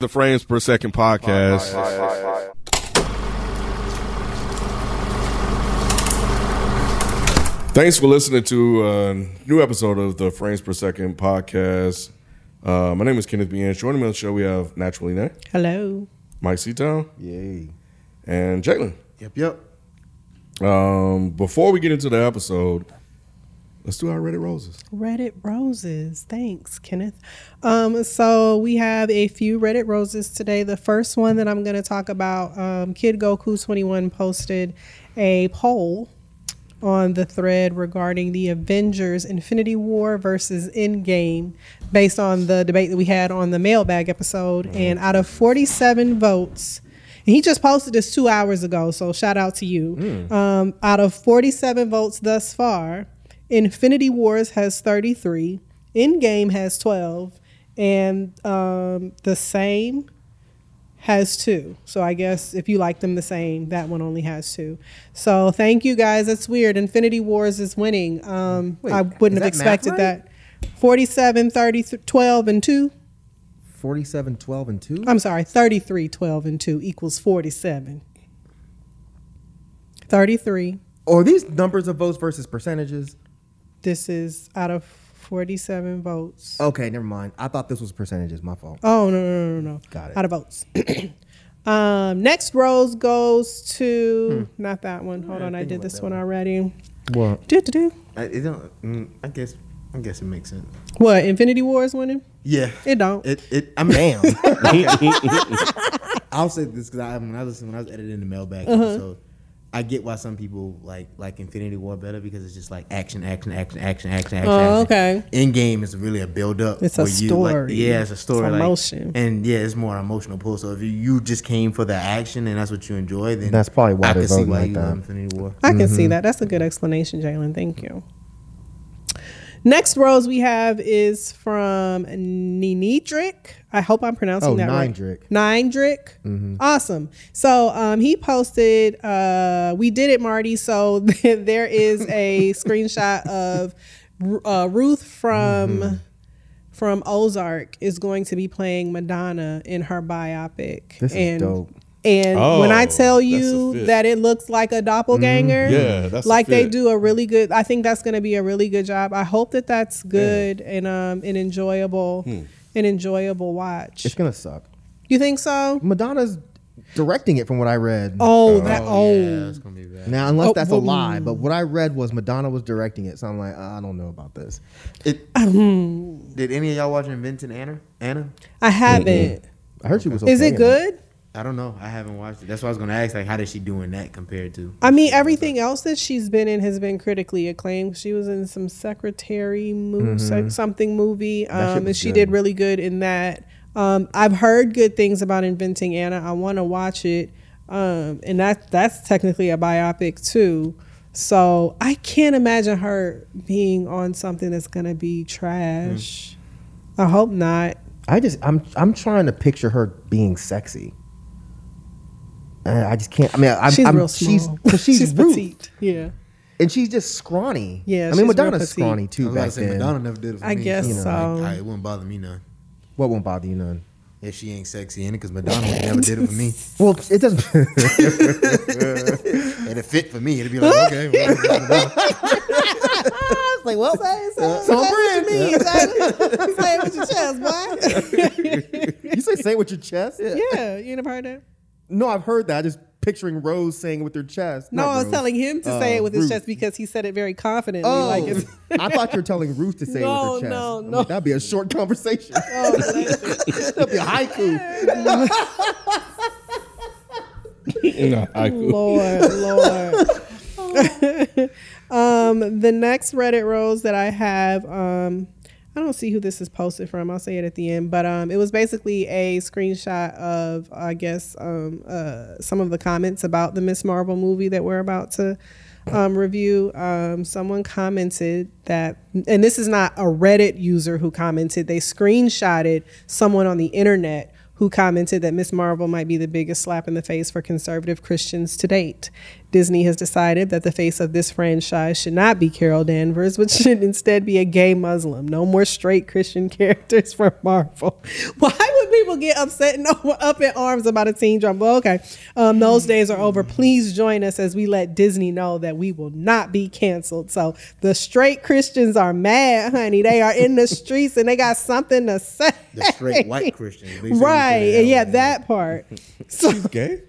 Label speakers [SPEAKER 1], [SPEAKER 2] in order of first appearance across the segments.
[SPEAKER 1] The Frames Per Second podcast. Thanks for listening to a new episode of the Frames Per Second podcast. Uh, my name is Kenneth B. Inch. Joining me on the show, we have Naturally Nay,
[SPEAKER 2] Hello.
[SPEAKER 1] Mike Seatown,
[SPEAKER 3] Yay.
[SPEAKER 1] and Jalen.
[SPEAKER 3] Yep, yep.
[SPEAKER 1] Um, before we get into the episode, let's do our Reddit Roses.
[SPEAKER 2] Reddit roses. Thanks, Kenneth. Um, so we have a few Reddit roses today. The first one that I'm going to talk about, um, Kid Goku 21 posted a poll on the thread regarding the Avengers Infinity War versus Endgame based on the debate that we had on the mailbag episode. And out of 47 votes, and he just posted this two hours ago, so shout out to you. Um, out of 47 votes thus far, Infinity Wars has 33, Endgame has 12, and um, the same has two. So I guess if you like them the same, that one only has two. So thank you guys. That's weird. Infinity Wars is winning. Um,
[SPEAKER 3] Wait,
[SPEAKER 2] I wouldn't
[SPEAKER 3] is
[SPEAKER 2] have
[SPEAKER 3] that math
[SPEAKER 2] expected
[SPEAKER 3] right?
[SPEAKER 2] that. 47, 30, 12, and 2.
[SPEAKER 3] 47, 12, and 2?
[SPEAKER 2] I'm sorry, 33, 12, and 2 equals 47. 33.
[SPEAKER 3] Or Oh, these numbers of votes versus percentages?
[SPEAKER 2] This is out of 47 votes.
[SPEAKER 3] Okay, never mind. I thought this was percentages. My fault.
[SPEAKER 2] Oh no no no no! no.
[SPEAKER 3] Got it.
[SPEAKER 2] Out of votes. um, next rose goes to not that one. Hold on, I did this one already.
[SPEAKER 3] What?
[SPEAKER 2] Do do do.
[SPEAKER 4] I, it don't. Mm, I guess. I guess it makes sense.
[SPEAKER 2] What? Infinity War is winning.
[SPEAKER 4] Yeah.
[SPEAKER 2] It don't.
[SPEAKER 4] It. It. I mean,
[SPEAKER 3] Damn.
[SPEAKER 4] I'll say this because I, when I was when I was editing the mailbag
[SPEAKER 2] Uh-huh.
[SPEAKER 4] episode, I get why some people like like Infinity War better because it's just like action, action, action, action, action, action.
[SPEAKER 2] Oh,
[SPEAKER 4] action.
[SPEAKER 2] okay.
[SPEAKER 4] End game is really a build up.
[SPEAKER 2] It's a story.
[SPEAKER 4] yeah, it's a
[SPEAKER 2] It's
[SPEAKER 4] story. like-
[SPEAKER 2] emotion.
[SPEAKER 4] and yeah, it's more emotional pull. So if you, you just came for the action and that's what you enjoy, then
[SPEAKER 3] That's probably why
[SPEAKER 4] I
[SPEAKER 3] they're
[SPEAKER 4] can see
[SPEAKER 3] voting
[SPEAKER 4] why
[SPEAKER 3] like
[SPEAKER 4] you
[SPEAKER 3] that.
[SPEAKER 4] love Infinity War.
[SPEAKER 2] I can
[SPEAKER 3] Mm-hmm.
[SPEAKER 2] see that. That's a good explanation, Jalen. Thank you. Next rose we have is from Ninidrick. I hope I'm pronouncing
[SPEAKER 3] Oh, Mm-hmm.
[SPEAKER 2] that right.
[SPEAKER 3] Nindrick.
[SPEAKER 2] Nindrick. Awesome. So um, he posted, uh, we did it, Marty. So there is a screenshot of uh, Ruth from
[SPEAKER 3] Mm-hmm.
[SPEAKER 2] from Ozark is going to be playing Madonna in her biopic.
[SPEAKER 3] This is
[SPEAKER 2] and,
[SPEAKER 3] dope.
[SPEAKER 2] And when I
[SPEAKER 1] Oh,
[SPEAKER 2] tell
[SPEAKER 1] that's a
[SPEAKER 2] you
[SPEAKER 1] fit.
[SPEAKER 2] that it looks like a doppelganger,
[SPEAKER 1] Yeah, that's a
[SPEAKER 2] like they
[SPEAKER 1] fit.
[SPEAKER 2] do a really good. I think that's going to be a really good job. I hope that that's good and um and enjoyable, an enjoyable watch.
[SPEAKER 3] it's going to suck.
[SPEAKER 2] You think so?
[SPEAKER 3] Madonna's directing it from what I read.
[SPEAKER 2] Oh, that oh.
[SPEAKER 4] yeah, it's gonna be bad.
[SPEAKER 3] Now, unless
[SPEAKER 2] Oh,
[SPEAKER 3] that's a
[SPEAKER 2] well,
[SPEAKER 3] lie, but what I read was Madonna was directing it. So I'm like, I don't know about this.
[SPEAKER 4] It, did any of y'all watch Inventing Anna? Anna?
[SPEAKER 2] I haven't.
[SPEAKER 3] I heard she was okay.
[SPEAKER 2] Is it
[SPEAKER 3] in
[SPEAKER 2] good?
[SPEAKER 4] I don't know. I haven't watched it. That's why I was gonna ask. Like, how did she do in that compared to?
[SPEAKER 2] I mean, everything else that she's been in has been critically acclaimed. She was in some secretary movie, something movie, um, and
[SPEAKER 3] Mm-hmm. was
[SPEAKER 2] she
[SPEAKER 3] good.
[SPEAKER 2] did really good in that. Um, I've heard good things about Inventing Anna. I want to watch it, um, and that that's technically a biopic too. So I can't imagine her being on something that's gonna be trash.
[SPEAKER 3] Mm.
[SPEAKER 2] I hope not.
[SPEAKER 3] I just I'm I'm trying to picture her being sexy. And I just can't. I mean, I'm,
[SPEAKER 2] she's
[SPEAKER 3] I'm,
[SPEAKER 2] real
[SPEAKER 3] she's
[SPEAKER 2] small.
[SPEAKER 3] 'cause she's, Ruth,
[SPEAKER 2] petite. Yeah,
[SPEAKER 3] and she's just scrawny.
[SPEAKER 2] Yeah,
[SPEAKER 3] I
[SPEAKER 2] she's real
[SPEAKER 3] mean Madonna's
[SPEAKER 2] petite.
[SPEAKER 3] scrawny
[SPEAKER 4] I
[SPEAKER 3] too
[SPEAKER 4] was about
[SPEAKER 3] back
[SPEAKER 4] to say
[SPEAKER 3] then.
[SPEAKER 4] Madonna never did it for
[SPEAKER 2] I
[SPEAKER 4] me,
[SPEAKER 2] guess
[SPEAKER 4] you know,
[SPEAKER 2] so.
[SPEAKER 4] like, I- it wouldn't bother me none
[SPEAKER 3] What won't bother you none?
[SPEAKER 4] if she ain't sexy in it because Madonna never did it for me.
[SPEAKER 3] Well, it doesn't.
[SPEAKER 4] It'd fit for me. It'd be like okay. well,
[SPEAKER 3] like, well,
[SPEAKER 2] Say what you mean, Jalen. Say it with your chest, boy.
[SPEAKER 3] you say say it with your chest?
[SPEAKER 2] Yeah, you ain't never heard that.
[SPEAKER 3] No, I've heard that. Just picturing Rose saying with her chest.
[SPEAKER 2] No,
[SPEAKER 3] Not
[SPEAKER 2] I was
[SPEAKER 3] Rose.
[SPEAKER 2] telling him to say
[SPEAKER 3] Uh,
[SPEAKER 2] it with his
[SPEAKER 3] Ruth.
[SPEAKER 2] chest because he said it very confidently.
[SPEAKER 3] Oh,
[SPEAKER 2] Like it's,
[SPEAKER 3] I thought you were telling Ruth to say
[SPEAKER 2] No,
[SPEAKER 3] it with her chest.
[SPEAKER 2] no,
[SPEAKER 3] I'm
[SPEAKER 2] no.
[SPEAKER 3] like, that'd be a short conversation.
[SPEAKER 2] oh, bless you.
[SPEAKER 3] that'd be a haiku.
[SPEAKER 1] No, I could.
[SPEAKER 2] Lord, Lord. um, the next Reddit rose that I have, um, I don't see who this is posted from. I'll say it at the end, but um, it was basically a screenshot of, I guess, um, uh, some of the comments about the Miss Marvel movie that we're about to um, review. Um, someone commented that, and this is not a Reddit user who commented. They screenshotted someone on the internet who commented that Miss Marvel might be the biggest slap in the face for conservative Christians to date. Disney has decided that the face of this franchise should not be Carol Danvers, but should instead be a gay Muslim. No more straight Christian characters from Marvel. Why would people get upset and over, up in arms about a teen drama? Well, okay, um, those days are over. Please join us as we let Disney know that we will not be canceled. So the straight Christians are mad, honey. They are in the streets and they got something to say.
[SPEAKER 4] The straight white Christians. They say we put it
[SPEAKER 2] Right.
[SPEAKER 4] out
[SPEAKER 2] Yeah,
[SPEAKER 4] there.
[SPEAKER 2] that part. So
[SPEAKER 1] Gay?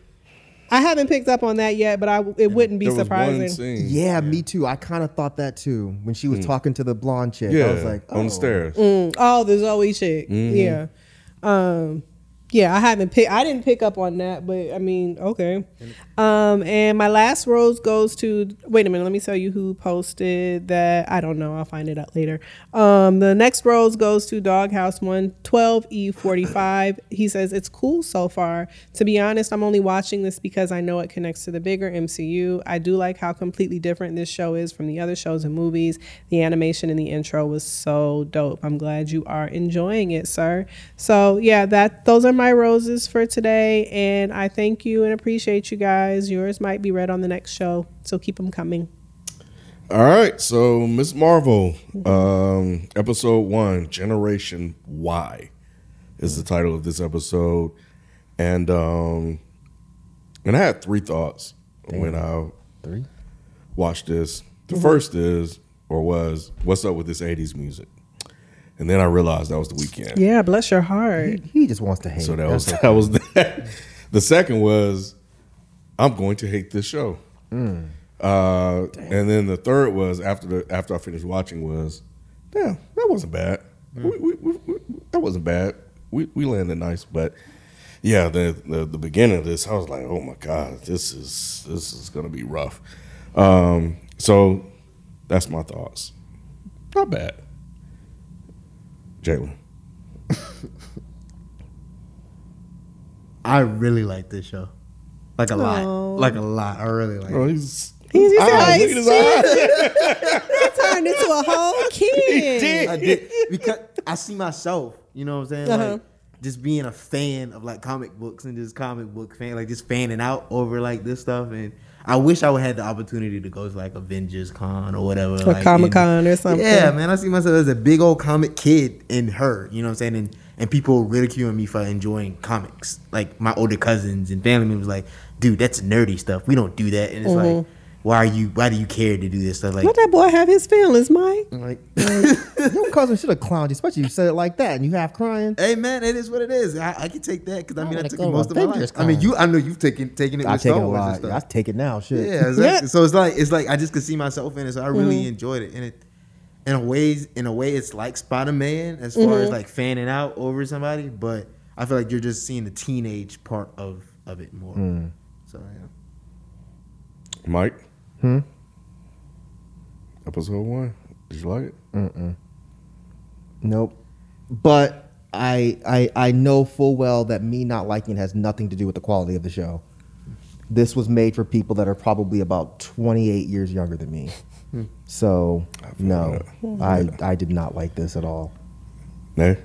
[SPEAKER 2] I haven't picked up on that yet, but I it wouldn't be
[SPEAKER 1] There was
[SPEAKER 2] surprising.
[SPEAKER 1] one scene.
[SPEAKER 3] Yeah, me too. I kind of thought that too when she was
[SPEAKER 4] Hmm.
[SPEAKER 3] talking to the blonde chick.
[SPEAKER 1] Yeah,
[SPEAKER 3] I was like, oh.
[SPEAKER 1] on the stairs.
[SPEAKER 2] Oh, the Zoe chick.
[SPEAKER 4] Mm-hmm.
[SPEAKER 2] Yeah. Um yeah, I haven't pick I didn't pick up on that, but I mean, okay. Um and my last rose goes to wait a minute, let me tell you who posted that. I don't know, I'll find it out later. Um the next rose goes to Doghouse 112 E45. He says it's cool so far. To be honest, I'm only watching this because I know it connects to the bigger MCU. I do like how completely different this show is from the other shows and movies. The animation in the intro was so dope. I'm glad you are enjoying it, sir. So yeah, that those are my roses for today, and I thank you and appreciate you guys. Yours might be read on the next show, so keep them coming.
[SPEAKER 1] All right, so Miss Marvel, um, episode one, Generation Y, is the title of this episode, and um, and I had three thoughts when I
[SPEAKER 3] Three?
[SPEAKER 1] watched this. The first is or was, what's up with this '80s music? And then I realized that was the weekend.
[SPEAKER 2] Yeah, bless your heart.
[SPEAKER 3] He just wants to hang.
[SPEAKER 1] So that was that was that. The second was, I'm going to hate this show. Uh, and then the third was after the after I finished watching was, damn, that wasn't bad. We, we, we, we- that wasn't bad. We we landed nice, but yeah, the, the the beginning of this, I was like, oh my god, this is this is gonna be rough. Um, so that's my thoughts. Not bad, Jalen.
[SPEAKER 4] I really like this show. Like a
[SPEAKER 2] Aw.
[SPEAKER 4] lot. Like a lot. I really like
[SPEAKER 1] Oh,
[SPEAKER 4] it.
[SPEAKER 1] he's
[SPEAKER 2] He's just
[SPEAKER 1] Eyes,
[SPEAKER 2] like,
[SPEAKER 1] Ah, look at his eyes.
[SPEAKER 2] that turned into a whole kid.
[SPEAKER 1] did.
[SPEAKER 4] I did because I see myself, you know what I'm saying?
[SPEAKER 2] Uh-huh.
[SPEAKER 4] Like just being a fan of like comic books and just comic book fan, like just fanning out over like this stuff. And I wish I would had the opportunity to go to like Avengers Con or whatever.
[SPEAKER 2] Or
[SPEAKER 4] like,
[SPEAKER 2] Comic-Con
[SPEAKER 4] and-
[SPEAKER 2] or something.
[SPEAKER 4] Yeah, man. I see myself as a big old comic kid in her, you know what I'm saying? And and people ridiculing me for enjoying comics. Like my older cousins and family members like, dude, that's nerdy stuff. We don't do that. And it's like,
[SPEAKER 2] Mm-hmm.
[SPEAKER 4] why are you why do you care to do this stuff? Like,
[SPEAKER 2] Let that boy have his feelings, Mike.
[SPEAKER 4] like
[SPEAKER 3] Your cousin should have clowned you, especially if you said it like that and you half crying.
[SPEAKER 4] Hey man, it is what it is. I, I can take that because I mean I
[SPEAKER 3] wanna
[SPEAKER 4] took
[SPEAKER 3] go
[SPEAKER 4] it
[SPEAKER 3] to
[SPEAKER 4] most of my life.
[SPEAKER 3] Avengers
[SPEAKER 4] I mean
[SPEAKER 3] Con.
[SPEAKER 4] you, I know you've taken taken it
[SPEAKER 3] I
[SPEAKER 4] with
[SPEAKER 3] take it
[SPEAKER 4] Star
[SPEAKER 3] a
[SPEAKER 4] Wars and
[SPEAKER 3] lot. I
[SPEAKER 4] stuff.
[SPEAKER 3] take it Mm-hmm. now. Shit.
[SPEAKER 4] Yeah, exactly. So it's like it's like I just could see myself in it. So I really enjoyed it, and it in a ways in a way it's like Spider Man as far
[SPEAKER 3] Mm-hmm.
[SPEAKER 4] as like fanning out over somebody, but I feel like you're just seeing the teenage part of of it more.
[SPEAKER 3] Mm.
[SPEAKER 4] So yeah.
[SPEAKER 1] Mike. Hmm. Episode one. Did you like it?
[SPEAKER 3] Nope. But I, I I know full well that me not liking it has nothing to do with the quality of the show. This was made for people that are probably about 28 years younger than me. So no, I I did not like this at all.
[SPEAKER 1] No.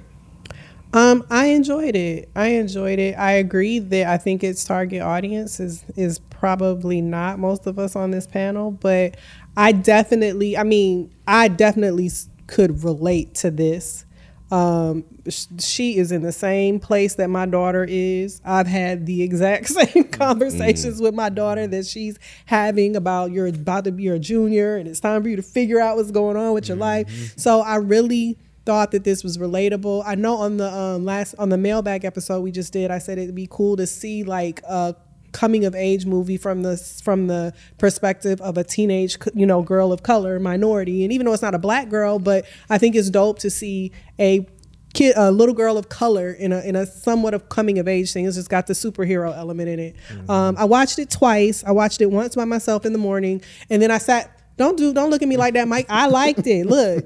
[SPEAKER 2] Um, I enjoyed it. I enjoyed it. I agree that I think its target audience is is probably not most of us on this panel, but I definitely, I mean, I definitely s- could relate to this. Um, sh- she is in the same place that my daughter is. I've had the exact same conversations with my daughter that she's having about you're about to be you're a junior and it's time for you to figure out what's going on with your life. So I really thought that this was relatable. I know on the um, last on the mailbag episode we just did, I said it'd be cool to see like a coming of age movie from the from the perspective of a teenage you know girl of color minority and even though it's not a black girl but I think it's dope to see a kid a little girl of color in a in a somewhat of coming of age thing it's just got the superhero element in it um, I watched it twice I watched it once by myself in the morning and then I sat don't do don't look at me like that Mike I liked it look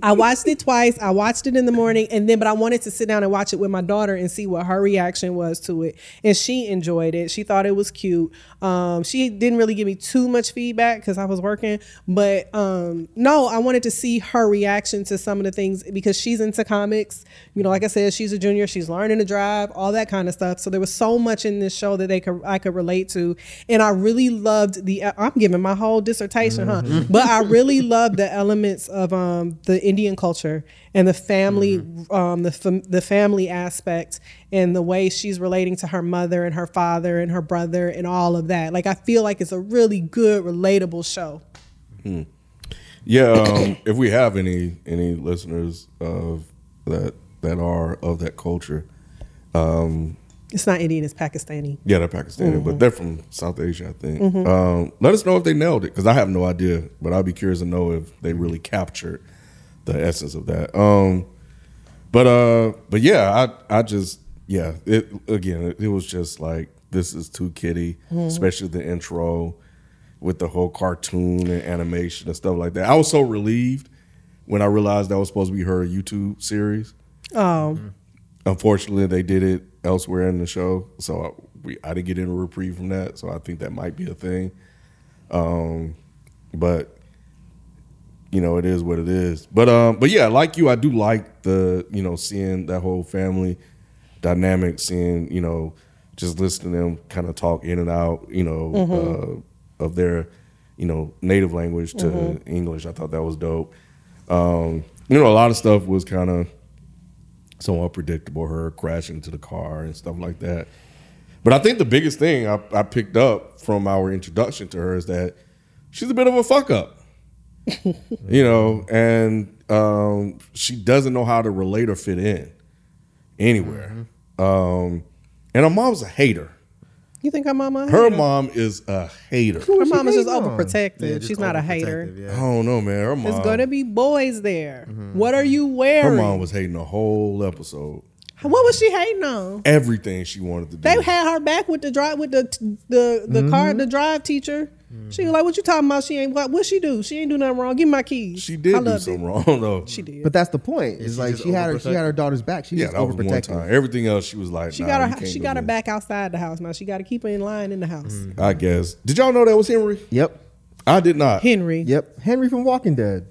[SPEAKER 2] I watched it twice. I watched it in the morning, and then but I wanted to sit down and watch it with my daughter and see what her reaction was to it. And she enjoyed it. She thought it was cute. Um, she didn't really give me too much feedback because I was working. But um, no, I wanted to see her reaction to some of the things because she's into comics. You know, like I said, she's a junior. She's learning to drive, all that kind of stuff. So there was so much in this show that they could I could relate to, and I really loved the. uh, I'm giving my whole dissertation, huh?
[SPEAKER 4] Mm-hmm.
[SPEAKER 2] But I really loved the elements of um, the Indian culture and the family,
[SPEAKER 4] Mm-hmm.
[SPEAKER 2] um, the fam- the family aspect, and the way she's relating to her mother and her father and her brother and all of that. Like I feel like it's a really good, relatable show.
[SPEAKER 1] Yeah, um, if we have any any listeners of that that are of that culture,
[SPEAKER 2] It's not Indian, it's Pakistani.
[SPEAKER 1] yeah, they're Pakistani, but they're from South Asia, I think. Um, let us know if they nailed it because I have no idea, but I'd be curious to know if they really captured the essence of that. Um, but uh, but yeah, I I just yeah, it again, it, it was just like this is too kiddie, especially the intro with the whole cartoon and animation and stuff like that. I was so relieved when I realized that was supposed to be her YouTube series
[SPEAKER 2] Oh,
[SPEAKER 1] unfortunately they did it elsewhere in the show so I, we, I didn't get any reprieve from that so i think that might be a thing um, but you know it is what it is but um, but yeah like you i do like the you know seeing that whole family dynamic seeing you know just listening to them kind of talk in and out you know uh, of their you know native language to english i thought that was dope um, you know a lot of stuff was kind of so unpredictable, her crashing into the car and stuff like that. But I think the biggest thing I, I picked up from our introduction to her is that she's a bit of a fuck up, you know, and um, she doesn't know how to relate or fit in anywhere.
[SPEAKER 2] Mm-hmm.
[SPEAKER 1] Um, and her mom's a hater.
[SPEAKER 2] you think her mama?
[SPEAKER 1] Her mom is a hater.
[SPEAKER 2] her mom is just
[SPEAKER 4] hating on?
[SPEAKER 2] overprotective.
[SPEAKER 4] Yeah, just
[SPEAKER 2] She's not a hater.
[SPEAKER 4] overprotective, Mm-hmm.
[SPEAKER 1] I
[SPEAKER 4] yeah.
[SPEAKER 1] don't know, man. Her mom,
[SPEAKER 2] There's gonna be boys there. What are you
[SPEAKER 1] her
[SPEAKER 2] wearing?
[SPEAKER 1] mom was hating the whole episode.
[SPEAKER 2] what was she hating on?
[SPEAKER 1] Everything she wanted to do.
[SPEAKER 2] They had her back with the drive with the the the
[SPEAKER 3] Mm-hmm.
[SPEAKER 2] car the drive teacher. She was like, "What you talking about? She ain't what? What she do? She ain't do nothing wrong. Give me my keys."
[SPEAKER 1] she
[SPEAKER 2] I
[SPEAKER 1] did do
[SPEAKER 2] loved
[SPEAKER 1] something wrong, though.
[SPEAKER 2] It. She did.
[SPEAKER 3] But that's the point. It's
[SPEAKER 4] she's
[SPEAKER 3] like
[SPEAKER 4] just
[SPEAKER 3] she had her she had her daughter's back. She was
[SPEAKER 1] Yeah,
[SPEAKER 3] just
[SPEAKER 1] that was one
[SPEAKER 3] overprotective.
[SPEAKER 1] time. Everything else, she was like,
[SPEAKER 2] she
[SPEAKER 1] nah, you
[SPEAKER 2] got her
[SPEAKER 1] can't
[SPEAKER 2] she
[SPEAKER 1] do
[SPEAKER 2] got her
[SPEAKER 1] this.
[SPEAKER 2] back outside the house. Now she got to keep her in line in the house.
[SPEAKER 3] Mm.
[SPEAKER 1] I guess. Did y'all know that was Henry?
[SPEAKER 3] Yep.
[SPEAKER 1] I did not.
[SPEAKER 2] Henry.
[SPEAKER 3] Yep. Henry from Walking Dead.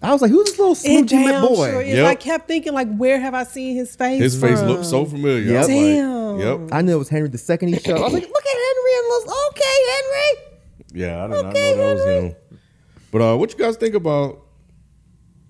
[SPEAKER 3] I was like, who's this little
[SPEAKER 2] It
[SPEAKER 3] smoochie lip
[SPEAKER 2] damn
[SPEAKER 3] boy?
[SPEAKER 2] sure is.
[SPEAKER 1] Yep.
[SPEAKER 2] I kept thinking like, where have I seen his face?
[SPEAKER 1] His face
[SPEAKER 2] from?
[SPEAKER 1] looked so familiar.
[SPEAKER 3] Yep.
[SPEAKER 1] I was like,
[SPEAKER 2] Damn.
[SPEAKER 1] yep.
[SPEAKER 3] I knew it was Henry the second he showed. up. I was like, look at Henry and little okay, Henry.
[SPEAKER 1] Yeah, I did not
[SPEAKER 3] Okay,
[SPEAKER 1] know that was
[SPEAKER 3] Henry.
[SPEAKER 1] him. But uh, what you guys think about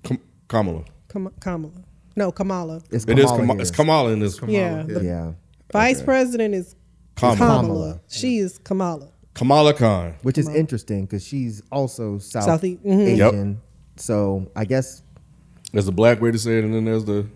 [SPEAKER 1] Kam- Kamala?
[SPEAKER 2] Kam- Kamala. No, Kamala.
[SPEAKER 3] It's
[SPEAKER 1] It
[SPEAKER 3] Kamala
[SPEAKER 1] is Kamala.
[SPEAKER 3] here.
[SPEAKER 1] It's Kamala in this.
[SPEAKER 2] Yeah. The
[SPEAKER 3] yeah.
[SPEAKER 2] vice president is
[SPEAKER 1] Kamala.
[SPEAKER 2] Kamala.
[SPEAKER 3] Kamala.
[SPEAKER 2] She is Kamala.
[SPEAKER 1] Kamala Khan.
[SPEAKER 3] Which is interesting because she's also South
[SPEAKER 2] Southie-
[SPEAKER 3] mm-hmm.
[SPEAKER 2] mhm.
[SPEAKER 1] Yep.
[SPEAKER 3] Asian. So I guess
[SPEAKER 1] There's the black way to say it, and then there's the.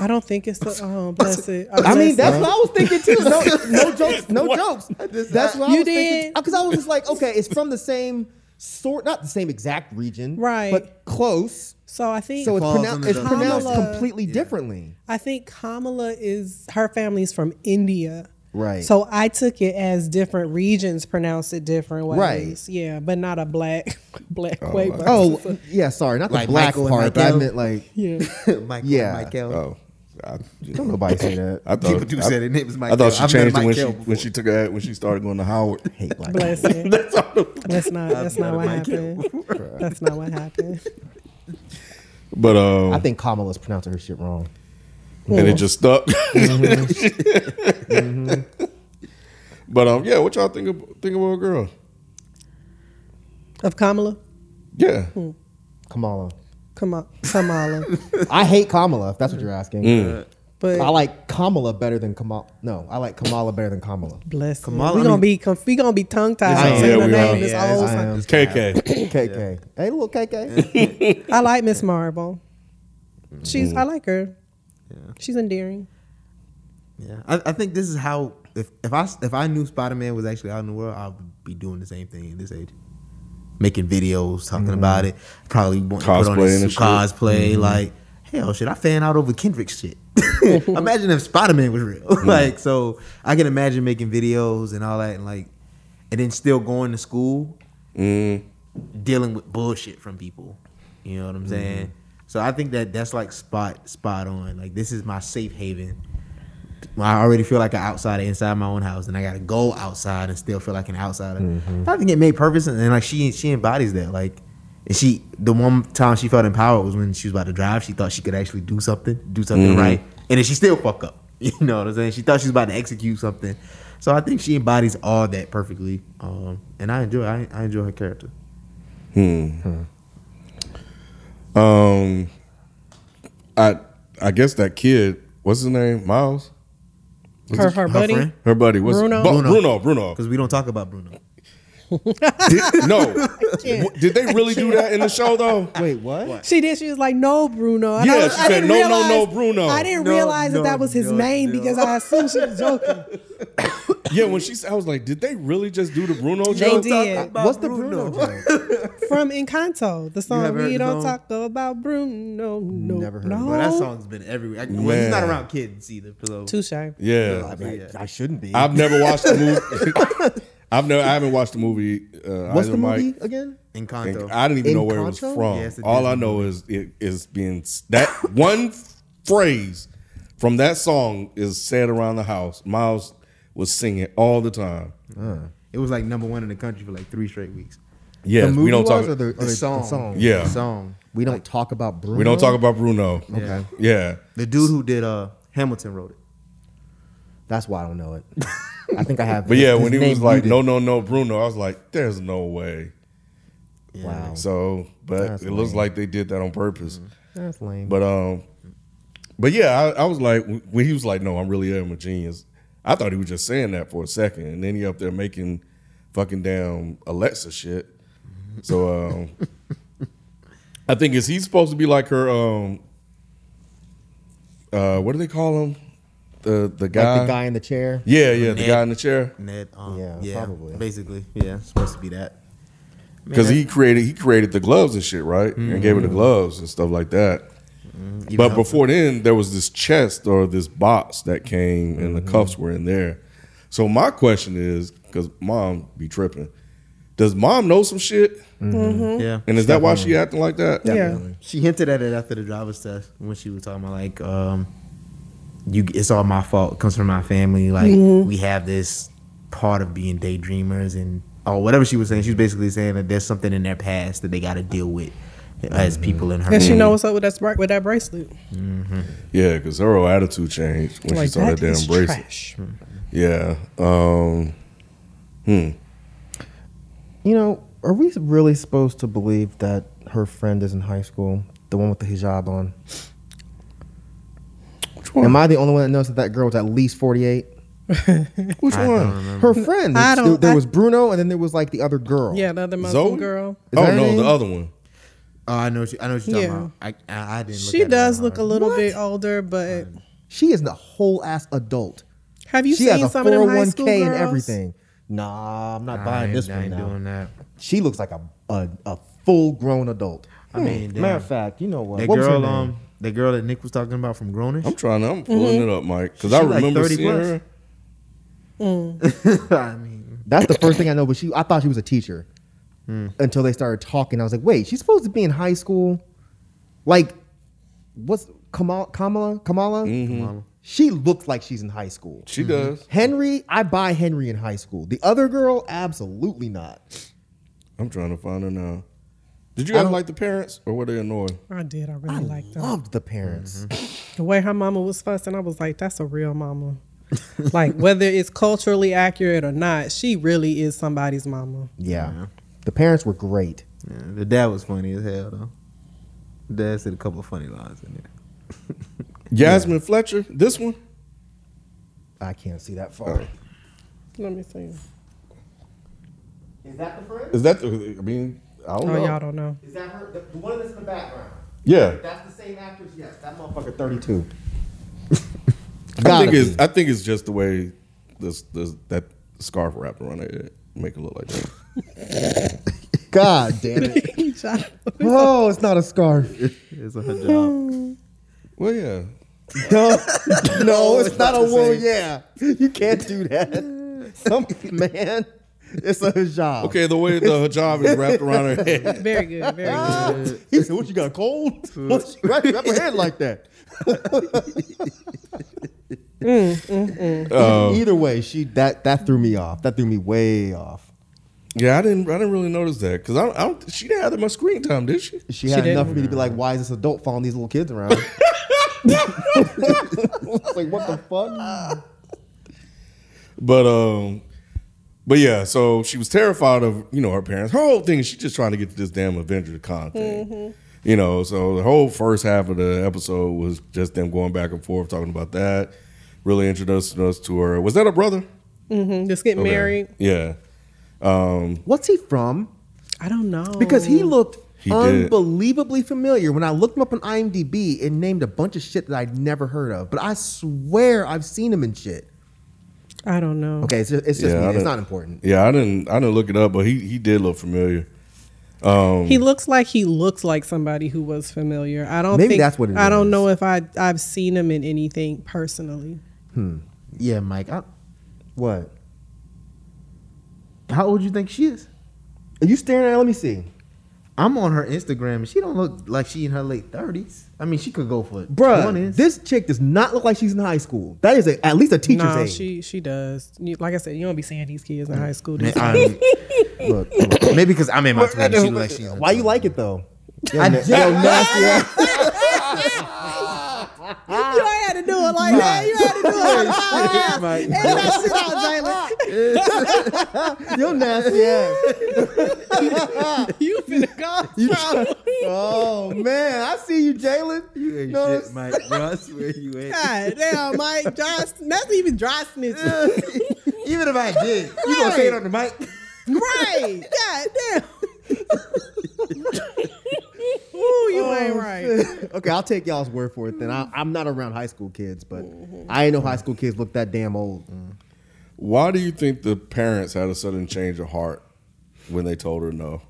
[SPEAKER 2] I don't think it's the oh, bless it. Oh,
[SPEAKER 3] I mean,
[SPEAKER 2] bless
[SPEAKER 3] that's what I was thinking too. No, no jokes, no jokes. That's what I
[SPEAKER 2] You
[SPEAKER 3] was
[SPEAKER 2] did.
[SPEAKER 3] Because I was just like, okay, it's from the same sort, not the same exact region,
[SPEAKER 2] Right.
[SPEAKER 3] but close.
[SPEAKER 2] it. So I think
[SPEAKER 3] So it's,
[SPEAKER 4] Falls
[SPEAKER 3] pronou-
[SPEAKER 4] under
[SPEAKER 3] it's
[SPEAKER 4] the-
[SPEAKER 3] pronounced
[SPEAKER 2] Kamala.
[SPEAKER 3] completely differently.
[SPEAKER 2] I think Kamala is her family's from India.
[SPEAKER 3] Right.
[SPEAKER 2] So I took it as different regions pronounce it different ways.
[SPEAKER 3] Right.
[SPEAKER 2] Yeah, but not a black black
[SPEAKER 1] Oh,
[SPEAKER 2] way.
[SPEAKER 1] I-
[SPEAKER 2] but-
[SPEAKER 3] Oh, yeah. Sorry, not the
[SPEAKER 4] Like
[SPEAKER 3] black
[SPEAKER 4] Michael and
[SPEAKER 3] part. But I
[SPEAKER 4] Michael.
[SPEAKER 3] meant like,
[SPEAKER 2] yeah.
[SPEAKER 4] Michael,
[SPEAKER 3] Yeah.
[SPEAKER 4] Michael.
[SPEAKER 1] Oh, I, you
[SPEAKER 3] don't
[SPEAKER 1] know,
[SPEAKER 3] nobody say that.
[SPEAKER 1] I thought
[SPEAKER 4] People do
[SPEAKER 1] I,
[SPEAKER 4] say their name is
[SPEAKER 1] I
[SPEAKER 4] Michael.
[SPEAKER 1] thought she
[SPEAKER 4] I've met
[SPEAKER 1] changed it when she
[SPEAKER 4] Michael
[SPEAKER 1] when she took her when she started going to Howard.
[SPEAKER 3] hate black. people.
[SPEAKER 2] Bless it.
[SPEAKER 1] That's all.
[SPEAKER 2] That's not that's not what happened. That's not what happened.
[SPEAKER 1] But um,
[SPEAKER 3] I think Kamala's pronouncing her shit wrong.
[SPEAKER 1] and it just stuck.
[SPEAKER 3] Mm-hmm.
[SPEAKER 1] But um, yeah, what y'all think of, think about a girl?
[SPEAKER 2] Of Kamala?
[SPEAKER 1] Yeah,
[SPEAKER 3] Kamala.
[SPEAKER 2] Kama- Kamala.
[SPEAKER 3] I hate Kamala. If that's what you're asking.
[SPEAKER 1] Mm.
[SPEAKER 2] But
[SPEAKER 3] I like Kamala better than Kamala. No, I like Kamala better than Kamala.
[SPEAKER 2] bless it.
[SPEAKER 4] Kamala, I
[SPEAKER 2] we gonna
[SPEAKER 4] mean-
[SPEAKER 2] be conf- we gonna be tongue tied
[SPEAKER 3] Oh,
[SPEAKER 1] Yeah,
[SPEAKER 2] saying
[SPEAKER 1] we
[SPEAKER 2] her
[SPEAKER 1] are.
[SPEAKER 2] name this
[SPEAKER 4] Yeah,
[SPEAKER 2] whole
[SPEAKER 4] it's-
[SPEAKER 3] I
[SPEAKER 2] time.
[SPEAKER 3] am
[SPEAKER 1] KK.
[SPEAKER 3] KK. Hey, little KK.
[SPEAKER 2] I like Miss Marvel. She's I like her. She's endearing.
[SPEAKER 4] Yeah, I, I think this is how if if I if I knew Spider Man was actually out in the world, I would be doing the same thing in this age, making videos talking about it. Probably want to put
[SPEAKER 1] Mm-hmm.
[SPEAKER 4] on
[SPEAKER 1] Cosplaying
[SPEAKER 4] this
[SPEAKER 1] and shit. Mm-hmm.
[SPEAKER 4] cosplay. Like hell, shit, I fan out over Kendrick shit. imagine if Spider Man was real.
[SPEAKER 1] Mm-hmm.
[SPEAKER 4] like so, I can imagine making videos and all that, and like,
[SPEAKER 1] Mm-hmm.
[SPEAKER 4] and then still going to school, dealing with bullshit from people. You know what I'm saying? So I think that that's like spot spot on. Like this is my safe haven. I already feel like an outsider inside my own house, and I gotta go outside and still feel like an outsider.
[SPEAKER 3] Mm-hmm.
[SPEAKER 4] I think it made purpose, and like she she embodies that. Like, and she the one time she felt empowered was when she was about to drive. She thought she could actually do something, do something
[SPEAKER 3] Mm-hmm.
[SPEAKER 4] right, and then she still fuck up. You know what I'm saying? She thought she was about to execute something. So I think she embodies all that perfectly, um, and I enjoy I, I enjoy her character.
[SPEAKER 1] Um, I I guess that kid. What's his name? Miles.
[SPEAKER 2] Her, her buddy.
[SPEAKER 4] friend?
[SPEAKER 1] Her buddy. What's
[SPEAKER 2] Bruno.
[SPEAKER 1] Bu-
[SPEAKER 4] Bruno.
[SPEAKER 1] Bruno. Bruno.
[SPEAKER 4] Because we don't talk about Bruno.
[SPEAKER 1] Did- no. W- Did they really do that in the show though?
[SPEAKER 3] Wait, what?
[SPEAKER 2] She did. She was like, "No, Bruno." And
[SPEAKER 1] Yeah,
[SPEAKER 2] was-
[SPEAKER 1] she said,
[SPEAKER 2] didn't
[SPEAKER 1] "No, no, no, Bruno."
[SPEAKER 2] I didn't
[SPEAKER 4] No,
[SPEAKER 2] realize that
[SPEAKER 4] no,
[SPEAKER 2] that was his
[SPEAKER 4] no,
[SPEAKER 2] name
[SPEAKER 4] no.
[SPEAKER 2] because I assumed she was joking.
[SPEAKER 1] Yeah, when she, s- I was like, did they really just do the Bruno
[SPEAKER 2] They
[SPEAKER 1] joke?
[SPEAKER 2] did
[SPEAKER 3] What's the Bruno? joke?
[SPEAKER 2] from Encanto, the song
[SPEAKER 4] haven't heard
[SPEAKER 2] "We
[SPEAKER 4] the
[SPEAKER 2] Don't
[SPEAKER 4] song?
[SPEAKER 2] Talk About Bruno." No,
[SPEAKER 3] Never heard of
[SPEAKER 2] no.
[SPEAKER 4] Well, that song's been everywhere. I- Well, he's not
[SPEAKER 1] Man.
[SPEAKER 4] around kids either. So.
[SPEAKER 2] Touche. That
[SPEAKER 1] Yeah,
[SPEAKER 3] I, mean, I shouldn't be.
[SPEAKER 1] I've never watched the movie. I've never, I haven't watched the movie. Uh,
[SPEAKER 3] What's
[SPEAKER 1] either,
[SPEAKER 3] the movie
[SPEAKER 1] Mike.
[SPEAKER 3] again?
[SPEAKER 4] Encanto.
[SPEAKER 1] I didn't even know where it was
[SPEAKER 3] Encanto?
[SPEAKER 1] from.
[SPEAKER 4] Yeah, it's a
[SPEAKER 1] All
[SPEAKER 4] Disney
[SPEAKER 1] I know is it is being s- that one phrase from that song is said around the house. Miles was singing all the time.
[SPEAKER 4] it was like number one in the country for like three straight weeks.
[SPEAKER 1] Yeah,
[SPEAKER 3] the
[SPEAKER 1] we don't
[SPEAKER 3] movie-wise
[SPEAKER 1] talk.
[SPEAKER 3] Or the, or
[SPEAKER 4] The song.
[SPEAKER 1] Yeah.
[SPEAKER 4] The song.
[SPEAKER 3] We don't talk about Bruno.
[SPEAKER 1] we don't talk about Bruno.
[SPEAKER 4] Yeah.
[SPEAKER 3] Okay.
[SPEAKER 1] Yeah.
[SPEAKER 4] The dude who did uh Hamilton wrote it.
[SPEAKER 3] That's why I don't know it. I think I have.
[SPEAKER 1] But yeah,
[SPEAKER 3] his
[SPEAKER 1] when he
[SPEAKER 3] name
[SPEAKER 1] was like,
[SPEAKER 3] muted.
[SPEAKER 1] "No, no, no, Bruno," I was like, "There's no way."
[SPEAKER 3] Wow.
[SPEAKER 1] So, but
[SPEAKER 3] That's
[SPEAKER 1] it looks
[SPEAKER 3] lame.
[SPEAKER 1] like they did that on purpose.
[SPEAKER 3] That's lame.
[SPEAKER 1] But um, but yeah, I, I was like, when he was like, "No, I really am a genius," I thought he was just saying that for a second, and then he up there making fucking damn Alexa shit. So um, I think is he supposed to be like her? Um, uh, what do they call him? The the guy.
[SPEAKER 3] like the guy in the chair.
[SPEAKER 1] Yeah, yeah, the
[SPEAKER 4] Ned.
[SPEAKER 1] guy in the chair.
[SPEAKER 4] Ned. Um,
[SPEAKER 3] Yeah,
[SPEAKER 4] yeah,
[SPEAKER 3] probably.
[SPEAKER 4] Basically, yeah, it's supposed to be that. Man,
[SPEAKER 1] Because
[SPEAKER 4] that-
[SPEAKER 1] he created he created the gloves and shit, right? And gave her the gloves and stuff like that.
[SPEAKER 4] even
[SPEAKER 1] But
[SPEAKER 4] though-
[SPEAKER 1] before then, there was this chest or this box that came, and the cuffs were in there. So my question is, because mom be tripping, does mom know some shit?
[SPEAKER 4] yeah,
[SPEAKER 1] Mm-hmm. And is that why she acting like that?
[SPEAKER 2] Yeah.
[SPEAKER 4] she hinted at it after the driver's test when she was talking about like, um, you. It's all my fault. It comes from my family. Like
[SPEAKER 1] Mm-hmm.
[SPEAKER 4] we have this part of being daydreamers and oh whatever she was saying. She was basically saying that there's something in their past that they got to deal with as people in her.
[SPEAKER 2] she know what's up with that bra- with that bracelet.
[SPEAKER 1] Yeah, because her whole attitude changed when she
[SPEAKER 2] Like
[SPEAKER 1] saw that,
[SPEAKER 2] that
[SPEAKER 1] damn
[SPEAKER 2] is
[SPEAKER 1] bracelet.
[SPEAKER 2] trash.
[SPEAKER 1] Yeah. Um, hmm.
[SPEAKER 3] You know, are we really supposed to believe that her friend is in high school, the one with the hijab on?
[SPEAKER 1] which one?
[SPEAKER 3] Am I the only one that knows that that girl was at least forty-eight?
[SPEAKER 1] which
[SPEAKER 4] I don't
[SPEAKER 1] one?
[SPEAKER 4] remember.
[SPEAKER 3] Her friend.
[SPEAKER 2] Um, I
[SPEAKER 3] there-
[SPEAKER 2] don't-
[SPEAKER 3] there
[SPEAKER 2] I-
[SPEAKER 3] was Bruno, and then there was like the other girl.
[SPEAKER 2] Yeah, the other Muslim
[SPEAKER 1] Zoe
[SPEAKER 2] girl.
[SPEAKER 1] Oh
[SPEAKER 3] that her
[SPEAKER 1] no,
[SPEAKER 3] name?
[SPEAKER 1] the other one.
[SPEAKER 4] Oh, I know. What you, I know what you're talking
[SPEAKER 2] Yeah.
[SPEAKER 4] about. I, I, I didn't. Look
[SPEAKER 2] She
[SPEAKER 4] at it
[SPEAKER 2] does
[SPEAKER 4] that
[SPEAKER 2] look a
[SPEAKER 4] hard.
[SPEAKER 2] little bit older, but
[SPEAKER 3] She is the whole ass adult.
[SPEAKER 2] have you
[SPEAKER 3] she
[SPEAKER 2] seen
[SPEAKER 3] has a
[SPEAKER 2] some of them high school
[SPEAKER 3] 401k and
[SPEAKER 2] girls?
[SPEAKER 3] everything. Nah, I'm not
[SPEAKER 4] I
[SPEAKER 3] buying
[SPEAKER 4] ain't,
[SPEAKER 3] this
[SPEAKER 4] I
[SPEAKER 3] one
[SPEAKER 4] ain't
[SPEAKER 3] now.
[SPEAKER 4] doing that.
[SPEAKER 3] She looks like a a, a full grown adult.
[SPEAKER 4] I mean,
[SPEAKER 3] matter
[SPEAKER 4] damn.
[SPEAKER 3] of fact, you know what?
[SPEAKER 4] That
[SPEAKER 3] What was her
[SPEAKER 4] girl,
[SPEAKER 3] name?
[SPEAKER 4] um, that girl that Nick was talking about from Grownish.
[SPEAKER 1] I'm trying to. I'm pulling it up, Mike, because I
[SPEAKER 4] She like
[SPEAKER 1] remember
[SPEAKER 4] 30
[SPEAKER 1] seeing
[SPEAKER 4] plus.
[SPEAKER 1] her.
[SPEAKER 4] I mean,
[SPEAKER 3] That's the first thing I know. But she, I thought she was a teacher until they started talking. I was like, wait, she's supposed to be in high school. Like, what's Kamal, Kamala? Kamala?
[SPEAKER 4] Kamala.
[SPEAKER 3] She looks like she's in high school.
[SPEAKER 1] She does.
[SPEAKER 3] Henry, I buy Henry in high school. The other girl, absolutely not.
[SPEAKER 1] I'm trying to find her now. Did you
[SPEAKER 3] I
[SPEAKER 1] guys
[SPEAKER 3] don't-
[SPEAKER 1] like the parents, or were they annoyed?
[SPEAKER 2] I did. I really
[SPEAKER 3] I
[SPEAKER 2] liked her.
[SPEAKER 3] loved the parents.
[SPEAKER 2] The way her mama was fussing, I was like, that's a real mama. like whether it's culturally accurate or not, she really is somebody's mama.
[SPEAKER 3] Yeah. the parents were great.
[SPEAKER 4] yeah, the dad was funny as hell though. Dad said a couple of funny lines in there.
[SPEAKER 1] Jasmine Fletcher, this one.
[SPEAKER 3] I can't see that far.
[SPEAKER 2] Let me see.
[SPEAKER 3] Is that the friend?
[SPEAKER 1] Is that? The, I mean, I don't
[SPEAKER 2] Oh,
[SPEAKER 1] know.
[SPEAKER 2] y'all don't know.
[SPEAKER 3] Is that her? The, the one that's in the background.
[SPEAKER 1] Yeah,
[SPEAKER 3] That's the same actress. Yes, that motherfucker, thirty-two.
[SPEAKER 1] I think
[SPEAKER 3] Gotta
[SPEAKER 1] it's.
[SPEAKER 3] be.
[SPEAKER 1] I think it's just the way this, this that scarf wrapped around her head make it look like that.
[SPEAKER 3] God damn it!
[SPEAKER 2] Y'all-
[SPEAKER 3] Oh, it's not a scarf.
[SPEAKER 4] It's a hijab.
[SPEAKER 1] well, yeah.
[SPEAKER 3] No, no, it's not a
[SPEAKER 4] the
[SPEAKER 3] wool.
[SPEAKER 4] same.
[SPEAKER 3] Yeah, you can't do that. Some man. It's a hijab.
[SPEAKER 1] Okay, the way the hijab is wrapped around her head.
[SPEAKER 2] Very good. Very
[SPEAKER 3] Ah.
[SPEAKER 2] good.
[SPEAKER 3] He said, "What you got a cold? What you wrap wrap your head like that?" Mm, Either way, she that that threw me off. That threw me way off.
[SPEAKER 1] Yeah, I didn't. I didn't really notice that because I, don't- I don't. She didn't have that much screen time, did she?
[SPEAKER 3] She had
[SPEAKER 2] didn't.
[SPEAKER 3] enough for me to be like, "Why is this adult following these little kids around?" like, what the fuck?
[SPEAKER 1] But um, but yeah. So she was terrified of you know her parents. Her whole thing is she's just trying to get to this damn Avenger con thing. You know, so the whole first half of the episode was just them going back and forth talking about that. Really introducing us to her. Was that her brother?
[SPEAKER 2] Mhm, Just getting married.
[SPEAKER 1] Yeah. Um,
[SPEAKER 3] What's he from?
[SPEAKER 2] I don't know
[SPEAKER 3] Because
[SPEAKER 4] Mm.
[SPEAKER 3] he looked
[SPEAKER 1] He did.
[SPEAKER 3] unbelievably familiar when I looked him up on IMDb. It named a bunch of shit that I'd never heard of, but I swear I've seen him in shit.
[SPEAKER 2] I don't know.
[SPEAKER 3] Okay, it's just, it's, just
[SPEAKER 1] Yeah, I
[SPEAKER 3] me. it's
[SPEAKER 1] don't-
[SPEAKER 3] not important.
[SPEAKER 1] yeah, I didn't. I didn't look it up, but he he did look familiar.
[SPEAKER 2] He looks like he looks like somebody who was familiar. I don't
[SPEAKER 3] Maybe
[SPEAKER 2] think,
[SPEAKER 3] that's what it
[SPEAKER 2] I
[SPEAKER 3] is.
[SPEAKER 2] don't know if I I've seen him in anything personally.
[SPEAKER 4] Yeah, Mike. I,
[SPEAKER 3] What?
[SPEAKER 4] how old do you think she is?
[SPEAKER 3] Are you staring at? Let me see,
[SPEAKER 4] I'm on her Instagram and she don't look like she in her late thirties. I mean, she could go for
[SPEAKER 3] Bruh,
[SPEAKER 4] 20s.
[SPEAKER 3] This chick does not look like she's in high school. That is a, at least a teacher's
[SPEAKER 2] No,
[SPEAKER 3] age.
[SPEAKER 2] she she does. You- Like I said, you don't be seeing these kids in high school. do
[SPEAKER 4] Man,
[SPEAKER 2] you?
[SPEAKER 4] I'm-
[SPEAKER 3] Look, look.
[SPEAKER 4] maybe because I'm in my twenties. She look like she. in her
[SPEAKER 3] Why you
[SPEAKER 4] 20s.
[SPEAKER 3] like it though?
[SPEAKER 4] I
[SPEAKER 3] na-
[SPEAKER 4] just-
[SPEAKER 3] nasty ass.
[SPEAKER 2] you ain't had to do it like that. You had to do it like that.
[SPEAKER 4] Mike.
[SPEAKER 2] Edit that shit out,
[SPEAKER 3] Yo nasty ass.
[SPEAKER 2] Jalen. You finna go.
[SPEAKER 3] Oh man, I see you, Jalen.
[SPEAKER 4] You ain't
[SPEAKER 3] No,
[SPEAKER 4] shit, Mike. Bro, I swear you ain't.
[SPEAKER 2] God damn, Mike. Johnson. That's even dry snitching.
[SPEAKER 4] Even if I did, you gonna say it on the mic?
[SPEAKER 2] right. God damn. Ooh, you
[SPEAKER 3] Oh,
[SPEAKER 2] ain't right.
[SPEAKER 3] okay, I'll take y'all's word for it. Then I, I'm not around high school kids, but I ain't know high school kids look that damn old.
[SPEAKER 1] Why do you think the parents had a sudden change of heart when they told her no?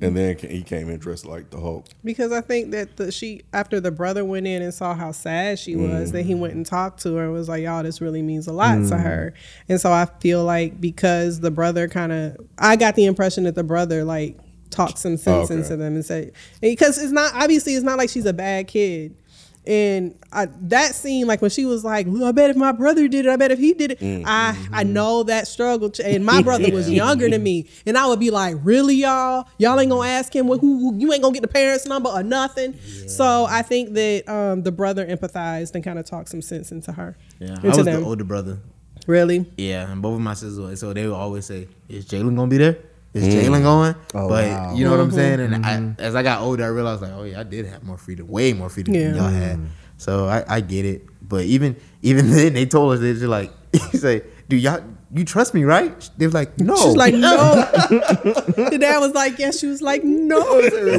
[SPEAKER 1] And then he came in dressed like the Hulk.
[SPEAKER 2] Because I think that the, she, after the brother went in and saw how sad she was, that he went and talked to her and was like, y'all, this really means a lot to her. And so I feel like because the brother kind of, I got the impression that the brother, like, talked some sense
[SPEAKER 1] Okay.
[SPEAKER 2] into them and said, because it's not, obviously, it's not like she's a bad kid. And I, that scene, like when she was like, "Look, I bet if my brother did it, I bet if he did it,
[SPEAKER 4] Mm-hmm.
[SPEAKER 2] I I know that struggle. ch- And my brother was younger than me, and I would be like, really, y'all, y'all ain't
[SPEAKER 4] Mm-hmm.
[SPEAKER 2] gonna ask him what who, who- you ain't gonna get the parents' number or nothing. So I think that um, the brother empathized and kind of talked some sense into her,
[SPEAKER 4] Yeah, I
[SPEAKER 2] into
[SPEAKER 4] was
[SPEAKER 2] them.
[SPEAKER 4] the older brother.
[SPEAKER 2] really,
[SPEAKER 4] Yeah, and both of my sisters were. So they would always say, "Is Jalen gonna be there? Is Jalen going?"
[SPEAKER 3] Oh,
[SPEAKER 4] but
[SPEAKER 3] wow. Mm-hmm.
[SPEAKER 4] you know what I'm saying. And I, as I got older, I realized like, oh yeah, I did have more freedom, way more freedom
[SPEAKER 2] Yeah.
[SPEAKER 4] than y'all
[SPEAKER 3] Mm.
[SPEAKER 4] had. So I, I get it. But even even then, they told us they just like, he's like, "Do y'all you trust me, right?" They was like, "No."
[SPEAKER 2] she's like, no. the dad was like, yes. She was like, no.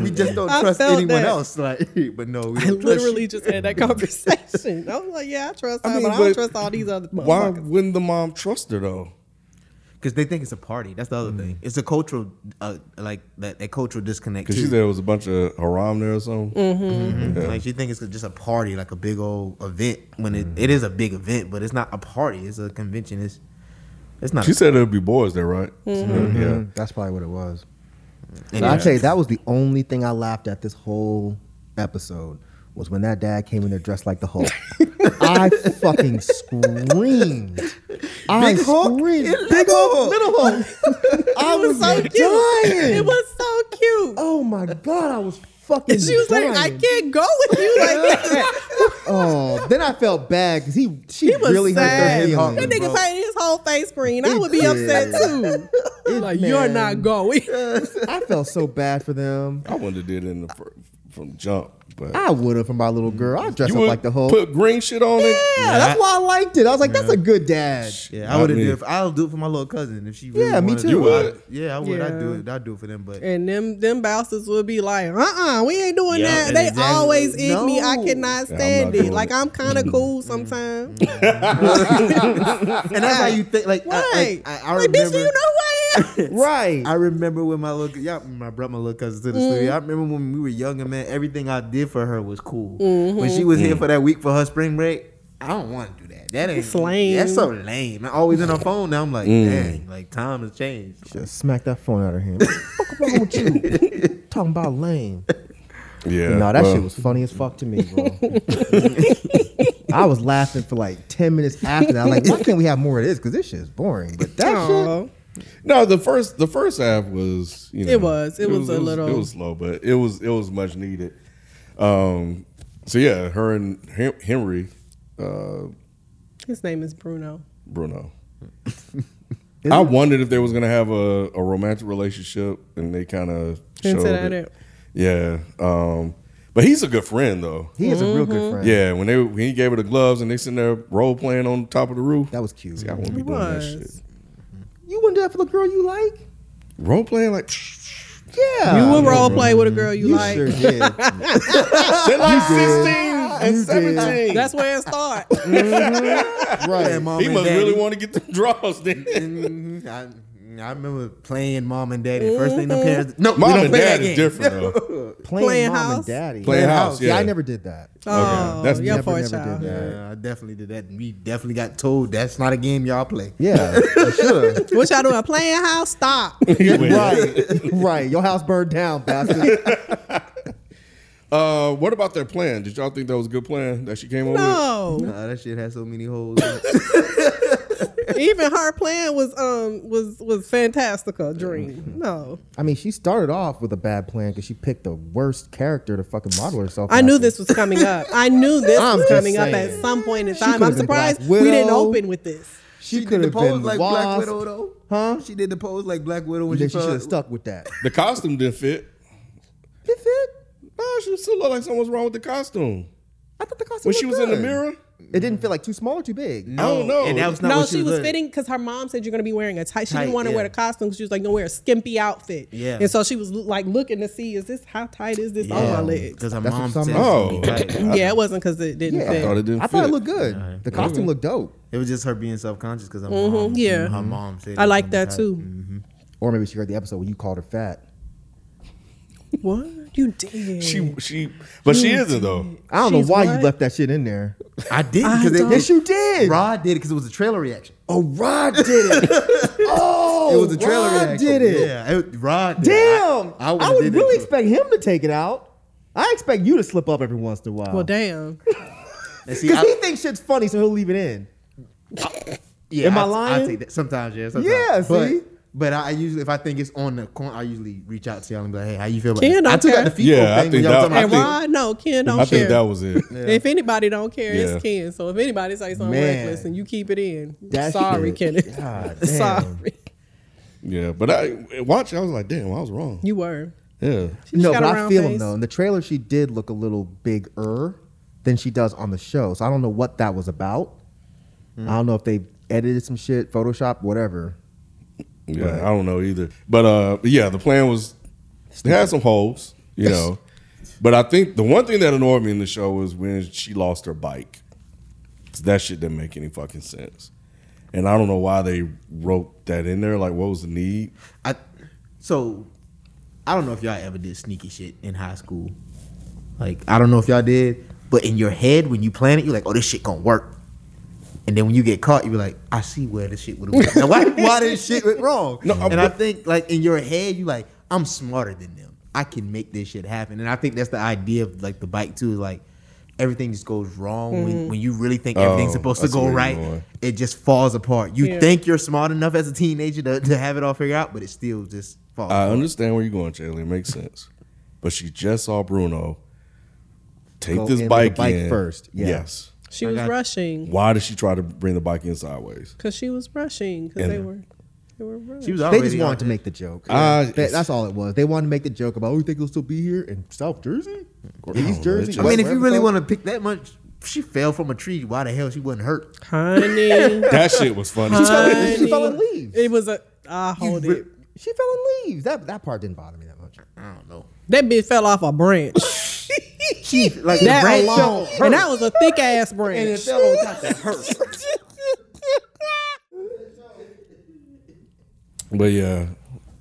[SPEAKER 4] we just don't
[SPEAKER 2] I
[SPEAKER 4] trust
[SPEAKER 2] felt
[SPEAKER 4] anyone
[SPEAKER 2] that.
[SPEAKER 4] else. Like, but no, we don't
[SPEAKER 2] I
[SPEAKER 4] trust
[SPEAKER 2] literally
[SPEAKER 4] you.
[SPEAKER 2] just had that conversation. I was like, yeah, I trust her,
[SPEAKER 1] mean,
[SPEAKER 2] but I don't
[SPEAKER 1] but
[SPEAKER 2] trust all these other
[SPEAKER 1] Why
[SPEAKER 2] motherfuckers.
[SPEAKER 1] wouldn't the mom trust her though?
[SPEAKER 4] because they think it's a party. That's the other
[SPEAKER 3] Mm.
[SPEAKER 4] thing. It's a cultural, uh, like that, that cultural disconnect.
[SPEAKER 1] Because
[SPEAKER 4] too.
[SPEAKER 1] she said it was a bunch of haram there or something.
[SPEAKER 2] Mm-hmm.
[SPEAKER 3] Mm-hmm.
[SPEAKER 4] Like she think it's just a party, like a big old event. When it, it is a big event, but it's not a party. It's a convention. It's it's not.
[SPEAKER 1] She said there'd be boys there, right?
[SPEAKER 2] Mm-hmm.
[SPEAKER 1] Yeah.
[SPEAKER 3] That's probably what it was.
[SPEAKER 4] and
[SPEAKER 3] I
[SPEAKER 4] it-
[SPEAKER 3] tell you, that was the only thing I laughed at this whole episode was when that dad came in there dressed like the Hulk. I fucking screamed. I
[SPEAKER 4] Big Hulk
[SPEAKER 3] screamed.
[SPEAKER 4] and
[SPEAKER 3] Big Hulk,
[SPEAKER 4] little
[SPEAKER 3] little Hulk. I
[SPEAKER 2] It was
[SPEAKER 3] was,
[SPEAKER 2] so cute.
[SPEAKER 3] dying.
[SPEAKER 2] It was so cute.
[SPEAKER 3] oh my god, I was fucking.
[SPEAKER 2] she was like, I
[SPEAKER 3] dying.
[SPEAKER 2] can't go with you like that.
[SPEAKER 3] Oh, then I felt bad because he she
[SPEAKER 2] He was
[SPEAKER 3] really
[SPEAKER 2] sad.
[SPEAKER 3] hurt her
[SPEAKER 2] That
[SPEAKER 3] feelings.
[SPEAKER 2] nigga painted his whole face green. I would be upset too. like you're
[SPEAKER 3] man.
[SPEAKER 2] not going.
[SPEAKER 3] I felt so bad for them.
[SPEAKER 1] I wouldn't have did it in the fir- from jump, but
[SPEAKER 3] I would have from my little girl. I dressed up like the Hulk.
[SPEAKER 1] put green shit on it.
[SPEAKER 3] yeah, that's why I liked it. I was like, that's a good dad.
[SPEAKER 4] yeah, I would have
[SPEAKER 1] I mean-
[SPEAKER 4] did. It for, I'll do it for my little cousin if she. Really
[SPEAKER 3] Yeah, me
[SPEAKER 4] wanted to
[SPEAKER 3] too. You
[SPEAKER 4] do it.
[SPEAKER 1] would?
[SPEAKER 4] Yeah, I would. I'd do
[SPEAKER 2] Yeah.
[SPEAKER 4] it. I'd do it for them. But
[SPEAKER 2] And them them bouncers would be like, uh uh we ain't doing
[SPEAKER 4] Yeah,
[SPEAKER 2] that.
[SPEAKER 4] and
[SPEAKER 2] They
[SPEAKER 4] exactly-
[SPEAKER 2] always ig me. I
[SPEAKER 3] No.
[SPEAKER 2] cannot
[SPEAKER 1] Yeah, I'm
[SPEAKER 2] stand
[SPEAKER 1] not
[SPEAKER 2] it.
[SPEAKER 1] doing
[SPEAKER 2] Like
[SPEAKER 1] it.
[SPEAKER 2] I'm kind of cool sometimes.
[SPEAKER 4] and that's how you think. Like
[SPEAKER 2] Why?
[SPEAKER 4] I, I, I, I
[SPEAKER 2] like, bitch, do
[SPEAKER 4] remember.
[SPEAKER 2] you know who I am?
[SPEAKER 3] Right.
[SPEAKER 4] I remember when my little yeah, I brought my little cousin to the studio. I remember when we were younger, man. Everything I did for her was cool. When she was here for that week for her spring break, I don't want to do that. That ain't
[SPEAKER 2] It's lame.
[SPEAKER 4] That's so lame. I'm always on a phone now. I'm like,
[SPEAKER 1] Mm.
[SPEAKER 4] dang, like time has changed.
[SPEAKER 3] Just smack that phone out of him. What the fuck wrong with you? Talking about lame.
[SPEAKER 1] Yeah.
[SPEAKER 3] no, that
[SPEAKER 1] well,
[SPEAKER 3] shit was funny as fuck to me, bro. I was laughing for like 10 minutes after that. I'm like, why can't we have more of this? Because this shit is boring. But that shit.
[SPEAKER 2] Aw.
[SPEAKER 1] No, the first the first half was you know
[SPEAKER 2] It was. It was a little-
[SPEAKER 1] it was slow, but it was it was much needed. Um, so yeah, her and Hen- Henry, uh,
[SPEAKER 2] His name is Bruno.
[SPEAKER 1] Bruno. I wondered if they was gonna have a, a romantic relationship, and they kind of
[SPEAKER 2] Hinted
[SPEAKER 1] showed
[SPEAKER 2] at
[SPEAKER 1] it. Yeah, um, but he's a good friend though.
[SPEAKER 3] He is a real good friend.
[SPEAKER 1] Yeah, when they when he gave her the gloves and they sitting there role playing on top of the roof,
[SPEAKER 3] That was cute.
[SPEAKER 1] See, I won't be
[SPEAKER 2] It
[SPEAKER 1] doing that shit.
[SPEAKER 2] was.
[SPEAKER 3] You wouldn't do that for the girl you like?
[SPEAKER 1] Role playing like
[SPEAKER 3] Ah, Yeah.
[SPEAKER 2] You would role play with a girl you,
[SPEAKER 3] You
[SPEAKER 2] like.
[SPEAKER 3] sure did.
[SPEAKER 1] they're like
[SPEAKER 3] did.
[SPEAKER 1] sixteen and
[SPEAKER 3] You did.
[SPEAKER 1] seventeen.
[SPEAKER 2] That's where it starts.
[SPEAKER 4] Yeah,
[SPEAKER 3] right.
[SPEAKER 4] mom
[SPEAKER 1] he
[SPEAKER 4] and
[SPEAKER 1] must
[SPEAKER 4] daddy.
[SPEAKER 1] really want to get the draws then.
[SPEAKER 4] Mhm. I, I remember playing mom and daddy. First thing the parents. No, we
[SPEAKER 1] Mom
[SPEAKER 4] don't
[SPEAKER 1] and
[SPEAKER 4] play
[SPEAKER 1] dad
[SPEAKER 4] that
[SPEAKER 1] is
[SPEAKER 4] game.
[SPEAKER 1] different though.
[SPEAKER 3] Playing,
[SPEAKER 2] Playing
[SPEAKER 3] mom
[SPEAKER 2] house?
[SPEAKER 3] and daddy.
[SPEAKER 1] Playing house,
[SPEAKER 3] I
[SPEAKER 1] yeah.
[SPEAKER 3] never did that.
[SPEAKER 2] Oh,
[SPEAKER 1] that's
[SPEAKER 2] your
[SPEAKER 1] never,
[SPEAKER 2] poor
[SPEAKER 3] never did
[SPEAKER 2] child.
[SPEAKER 3] that.
[SPEAKER 4] Yeah, I definitely did that. We definitely got told that's not a game y'all play.
[SPEAKER 3] Yeah.
[SPEAKER 4] Sure.
[SPEAKER 2] What y'all doing? Playing house? Stop.
[SPEAKER 3] right. Right. Your house burned down, bastard.
[SPEAKER 1] Uh, what about their plan? Did y'all think that was a good plan that she came up
[SPEAKER 2] No.
[SPEAKER 4] nah, that shit has so many holes. in it.
[SPEAKER 2] Even her plan was um was was fantastical dream.
[SPEAKER 3] Mm-hmm.
[SPEAKER 2] No.
[SPEAKER 3] I mean, she started off with a bad plan because she picked the worst character to fucking model herself.
[SPEAKER 2] I knew
[SPEAKER 3] after.
[SPEAKER 2] this was coming up. I knew this
[SPEAKER 3] I'm
[SPEAKER 2] was
[SPEAKER 3] just
[SPEAKER 2] coming up
[SPEAKER 3] saying.
[SPEAKER 2] at some point in
[SPEAKER 3] She
[SPEAKER 2] time.
[SPEAKER 3] could've
[SPEAKER 2] I'm
[SPEAKER 3] been Black
[SPEAKER 2] surprised we didn't
[SPEAKER 3] Widow.
[SPEAKER 2] open with this.
[SPEAKER 3] She,
[SPEAKER 4] did
[SPEAKER 3] could
[SPEAKER 4] the
[SPEAKER 3] have
[SPEAKER 4] pose
[SPEAKER 3] been
[SPEAKER 4] like Black
[SPEAKER 3] Wasp.
[SPEAKER 4] Widow though.
[SPEAKER 3] Huh?
[SPEAKER 4] She did the pose like Black Widow when
[SPEAKER 3] Then
[SPEAKER 4] she,
[SPEAKER 3] she should
[SPEAKER 4] fell-
[SPEAKER 3] have stuck with that.
[SPEAKER 1] with? The costume didn't fit.
[SPEAKER 3] It fit.
[SPEAKER 1] No, she still looked like something was wrong with the costume.
[SPEAKER 3] I thought the costume
[SPEAKER 1] When she was
[SPEAKER 3] looked
[SPEAKER 1] in the
[SPEAKER 3] good.
[SPEAKER 1] mirror,
[SPEAKER 3] It didn't feel like too small or too big.
[SPEAKER 1] I don't know.
[SPEAKER 4] And that was not
[SPEAKER 2] No,
[SPEAKER 4] what
[SPEAKER 2] she was
[SPEAKER 4] looked.
[SPEAKER 2] fitting because her mom said you're going to be wearing a tight. She
[SPEAKER 4] Tight,
[SPEAKER 2] didn't want to wear
[SPEAKER 4] yeah.
[SPEAKER 2] the costume 'cause she was like, "Gonna wear a skimpy outfit."
[SPEAKER 4] Yeah.
[SPEAKER 2] And so she was like looking to see, is this how tight is this on my
[SPEAKER 4] Yeah,
[SPEAKER 2] legs?
[SPEAKER 4] Because her
[SPEAKER 3] Oh, That's what
[SPEAKER 4] mom
[SPEAKER 3] some-
[SPEAKER 4] said
[SPEAKER 1] Oh.
[SPEAKER 4] oh.
[SPEAKER 2] Yeah, it wasn't because it didn't
[SPEAKER 3] Yeah,
[SPEAKER 2] fit.
[SPEAKER 1] thought it didn't
[SPEAKER 3] I thought
[SPEAKER 1] fit.
[SPEAKER 3] it looked good.
[SPEAKER 4] Alright.
[SPEAKER 3] The costume
[SPEAKER 2] Mm-hmm.
[SPEAKER 3] looked dope,
[SPEAKER 4] it was just her being self conscious because her
[SPEAKER 2] Mhm,
[SPEAKER 4] mom.
[SPEAKER 2] yeah.
[SPEAKER 4] her mom said.
[SPEAKER 2] I
[SPEAKER 4] it
[SPEAKER 2] like
[SPEAKER 4] was
[SPEAKER 2] that
[SPEAKER 4] tight.
[SPEAKER 2] too.
[SPEAKER 3] or maybe she heard the episode where you called her fat.
[SPEAKER 2] What you did?
[SPEAKER 1] she she, but she isn't though.
[SPEAKER 3] I don't
[SPEAKER 2] She's
[SPEAKER 3] know why
[SPEAKER 2] what?
[SPEAKER 3] you left that shit in there.
[SPEAKER 4] I did
[SPEAKER 2] I
[SPEAKER 4] because
[SPEAKER 2] don't-
[SPEAKER 3] Yes, you did.
[SPEAKER 4] Rod did it because it was a trailer reaction.
[SPEAKER 3] Oh, Rod did it. oh,
[SPEAKER 4] It was a trailer
[SPEAKER 3] Rod
[SPEAKER 4] reaction.
[SPEAKER 3] did it.
[SPEAKER 4] Yeah, it, Rod. Did it.
[SPEAKER 3] Damn. I,
[SPEAKER 4] would've
[SPEAKER 3] would
[SPEAKER 4] did it
[SPEAKER 3] really
[SPEAKER 4] too.
[SPEAKER 3] expect him to take it out. I expect you to slip up every once in a while.
[SPEAKER 2] well, damn.
[SPEAKER 4] And see,
[SPEAKER 3] Because he
[SPEAKER 4] I-
[SPEAKER 3] thinks shit's funny, so he'll leave it in.
[SPEAKER 4] Yeah,
[SPEAKER 3] Am I
[SPEAKER 4] I, I
[SPEAKER 3] lying?
[SPEAKER 4] take that sometimes. Yeah, sometimes.
[SPEAKER 3] Yeah,
[SPEAKER 4] But,
[SPEAKER 3] see?
[SPEAKER 4] but I usually, if I think it's on the corner, I usually reach out to y'all and be like, "Hey, how you feel about?"
[SPEAKER 2] Ken
[SPEAKER 4] it? I
[SPEAKER 2] don't
[SPEAKER 4] took out
[SPEAKER 2] care.
[SPEAKER 4] the feet
[SPEAKER 1] Yeah, I
[SPEAKER 4] thing
[SPEAKER 1] think
[SPEAKER 4] when y'all
[SPEAKER 1] that-
[SPEAKER 4] was
[SPEAKER 1] I
[SPEAKER 2] And
[SPEAKER 4] talking about.
[SPEAKER 2] Rod, no, Ken don't
[SPEAKER 1] I
[SPEAKER 2] care.
[SPEAKER 1] think that was it.
[SPEAKER 2] If anybody don't care,
[SPEAKER 1] Yeah.
[SPEAKER 2] it's Ken. So if anybody say something
[SPEAKER 3] Man.
[SPEAKER 2] reckless and you keep it in,
[SPEAKER 3] That
[SPEAKER 2] sorry,
[SPEAKER 3] shit-
[SPEAKER 2] Kenneth.
[SPEAKER 3] God damn.
[SPEAKER 2] sorry,
[SPEAKER 1] Yeah, but I watch. I was like, damn, I was wrong.
[SPEAKER 2] you were.
[SPEAKER 1] Yeah,
[SPEAKER 2] She
[SPEAKER 3] no,
[SPEAKER 2] got
[SPEAKER 3] but
[SPEAKER 2] a
[SPEAKER 3] I
[SPEAKER 2] round
[SPEAKER 3] feel him
[SPEAKER 2] face.
[SPEAKER 3] though. In the trailer, she did look a little bigger than she does on the show. So I don't know what that was about. I don't know if they edited some shit, Photoshop, whatever.
[SPEAKER 1] yeah, I don't know either. But uh, yeah, the plan was they had some holes, you know. but I think the one thing that annoyed me in the show was when she lost her bike. That shit didn't make any fucking sense, and I don't know why they wrote that in there. Like, what was the need?
[SPEAKER 4] I, so, I don't know if y'all ever did sneaky shit in high school. Like, I don't know if y'all did, but in your head when you plan it, you're like, "Oh, this shit gonna work." And then when you get caught, you be like, "I see where this shit would have went. Now, why, why this shit went wrong?"
[SPEAKER 1] No,
[SPEAKER 4] and
[SPEAKER 1] I-
[SPEAKER 4] I think like in your head, you like, "I'm smarter than them. I can make this shit happen." And I think that's the idea of like the bike too. Is like everything just goes wrong when, when you really think everything's
[SPEAKER 1] Mm-hmm. Oh,
[SPEAKER 4] supposed to
[SPEAKER 1] I see where
[SPEAKER 4] go
[SPEAKER 1] you're
[SPEAKER 4] right
[SPEAKER 1] going.
[SPEAKER 4] it just falls apart. You
[SPEAKER 2] Yeah.
[SPEAKER 4] think you're smart enough as a teenager to, to have it all figured out, but it still just falls.
[SPEAKER 1] I
[SPEAKER 4] apart.
[SPEAKER 1] understand where you're going, Chandler. It makes sense. But she just saw Bruno take
[SPEAKER 3] Go in
[SPEAKER 1] this
[SPEAKER 3] with the
[SPEAKER 1] bike,
[SPEAKER 3] bike
[SPEAKER 1] in.
[SPEAKER 3] first, yeah.
[SPEAKER 1] Yes.
[SPEAKER 2] She was
[SPEAKER 4] got-
[SPEAKER 2] rushing
[SPEAKER 1] Why did she try to bring the bike in sideways?
[SPEAKER 2] because she was rushing because
[SPEAKER 1] And-
[SPEAKER 2] they were they were rushing.
[SPEAKER 4] she was
[SPEAKER 3] They
[SPEAKER 4] already
[SPEAKER 3] just
[SPEAKER 4] on
[SPEAKER 3] wanted to
[SPEAKER 4] it.
[SPEAKER 3] make the joke.
[SPEAKER 1] Uh,
[SPEAKER 3] That- that's all it was. They wanted to make the joke about, oh, you think you'll still be here in South Jersey? Or
[SPEAKER 1] Yeah,
[SPEAKER 3] East Jersey?
[SPEAKER 1] just-
[SPEAKER 4] I mean, if you really want to pick that much, she fell from a tree. Why the hell she wasn't hurt?
[SPEAKER 2] Honey,
[SPEAKER 1] That shit was funny.
[SPEAKER 3] to.
[SPEAKER 2] honey.
[SPEAKER 3] She fell in leaves.
[SPEAKER 2] It was a. I hold
[SPEAKER 4] re-
[SPEAKER 2] it.
[SPEAKER 3] She fell in leaves. That, that part didn't bother me that much.
[SPEAKER 4] I don't know.
[SPEAKER 2] That bitch fell off a branch.
[SPEAKER 4] She like
[SPEAKER 2] that
[SPEAKER 4] the branch
[SPEAKER 2] alone,
[SPEAKER 4] fell-
[SPEAKER 2] and that was a thick ass
[SPEAKER 4] and it
[SPEAKER 2] branch.
[SPEAKER 4] fell on top of her.
[SPEAKER 1] But yeah.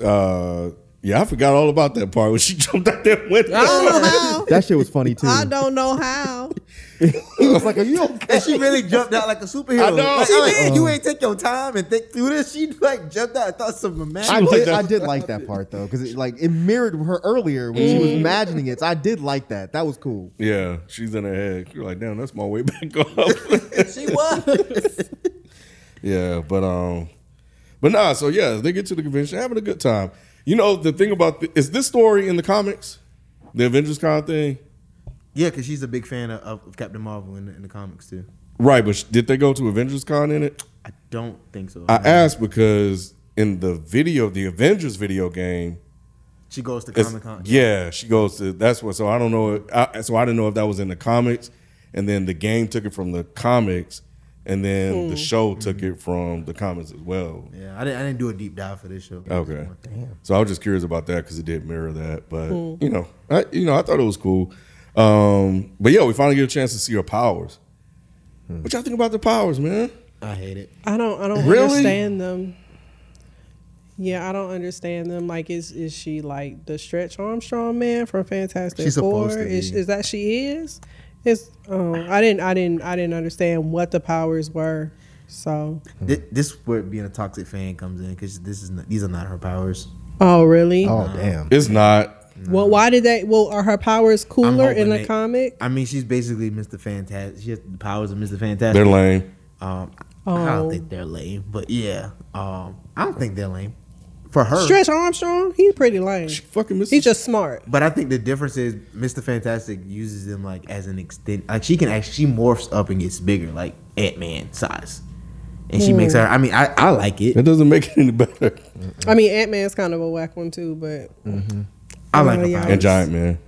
[SPEAKER 1] Uh, yeah, I forgot all about that part when she jumped out that window.
[SPEAKER 2] I don't know how.
[SPEAKER 3] That shit was funny, too.
[SPEAKER 2] I don't know how.
[SPEAKER 3] he was like, "Are you okay?"
[SPEAKER 4] And she really jumped out like a superhero.
[SPEAKER 1] I know.
[SPEAKER 4] Like,
[SPEAKER 1] She
[SPEAKER 4] I'm like,
[SPEAKER 1] did.
[SPEAKER 4] you ain't take your time and think through this. She like jumped out. I thought some romantic.
[SPEAKER 3] I
[SPEAKER 1] was like
[SPEAKER 3] did,
[SPEAKER 1] that.
[SPEAKER 3] I did like that part though, because it, like it mirrored her earlier when she was
[SPEAKER 4] Mm.
[SPEAKER 3] imagining it. So I did like that. That was cool.
[SPEAKER 1] Yeah, she's in her head. You're like, damn, that's my way back off.
[SPEAKER 4] she was.
[SPEAKER 1] yeah, but um, but nah. So yeah, they get to the convention, having a good time. You know, the thing about the, is this story in the comics, the Avengers Con thing,
[SPEAKER 4] yeah, because she's a big fan of, of Captain Marvel in the, in the comics too.
[SPEAKER 1] right? But sh- did they go to Avengers Con in it?
[SPEAKER 4] I don't think so.
[SPEAKER 1] I asked because in the video, the Avengers video game,
[SPEAKER 4] she goes to
[SPEAKER 1] It's-
[SPEAKER 4] Comic Con.
[SPEAKER 1] Yeah, she goes to that's what. So I don't know. I, so I didn't know if that was in the comics, and then the game took it from the comics, and then the show took it from the comics as well.
[SPEAKER 4] Hmm. Mm-hmm. Yeah, I didn't. I didn't do a deep dive for this show.
[SPEAKER 1] Okay. So I was just curious about that because it did mirror that, but
[SPEAKER 4] Hmm.
[SPEAKER 1] you know, I, you know, I thought it was cool. Um, but yeah, we finally get a chance to see her powers.
[SPEAKER 4] Hmm.
[SPEAKER 1] What y'all think about the powers, man?
[SPEAKER 4] I hate it.
[SPEAKER 2] I don't I don't
[SPEAKER 1] Really?
[SPEAKER 2] understand them. Yeah, I don't understand them. Like, is is she like the Stretch Armstrong man from Fantastic
[SPEAKER 4] She's
[SPEAKER 2] Four?
[SPEAKER 4] supposed to
[SPEAKER 2] Is,
[SPEAKER 4] be.
[SPEAKER 2] is that she is? It's oh, I didn't I didn't I didn't understand what the powers were. So
[SPEAKER 1] Mm-hmm.
[SPEAKER 4] Thi- This, where being a toxic fan comes in because this is not, these are not her powers.
[SPEAKER 2] oh really?
[SPEAKER 3] Oh damn!
[SPEAKER 1] It's not.
[SPEAKER 2] Well, why did they? Well, are her powers cooler
[SPEAKER 4] hoping
[SPEAKER 2] in the
[SPEAKER 4] they-
[SPEAKER 2] comic?
[SPEAKER 4] I mean, she's basically Mr. Fantastic. She has the powers of Mr. Fantastic.
[SPEAKER 1] They're lame.
[SPEAKER 4] Um, I
[SPEAKER 2] Oh.
[SPEAKER 4] don't think they're lame, but yeah, um, I don't think they're lame for her.
[SPEAKER 2] Stretch Armstrong, he pretty lame.
[SPEAKER 1] She fucking misses.
[SPEAKER 2] He's just smart.
[SPEAKER 4] But I think the difference is Mr. Fantastic uses them like as an extent. Like she can actually she morphs up and gets bigger, like Ant Man size, and she makes her. I mean, I, I like it.
[SPEAKER 1] that doesn't make it any better.
[SPEAKER 2] I mean, Ant Man's kind of a whack one too, but
[SPEAKER 4] I like her
[SPEAKER 2] Yeah.
[SPEAKER 4] powers.
[SPEAKER 1] And Giant Man.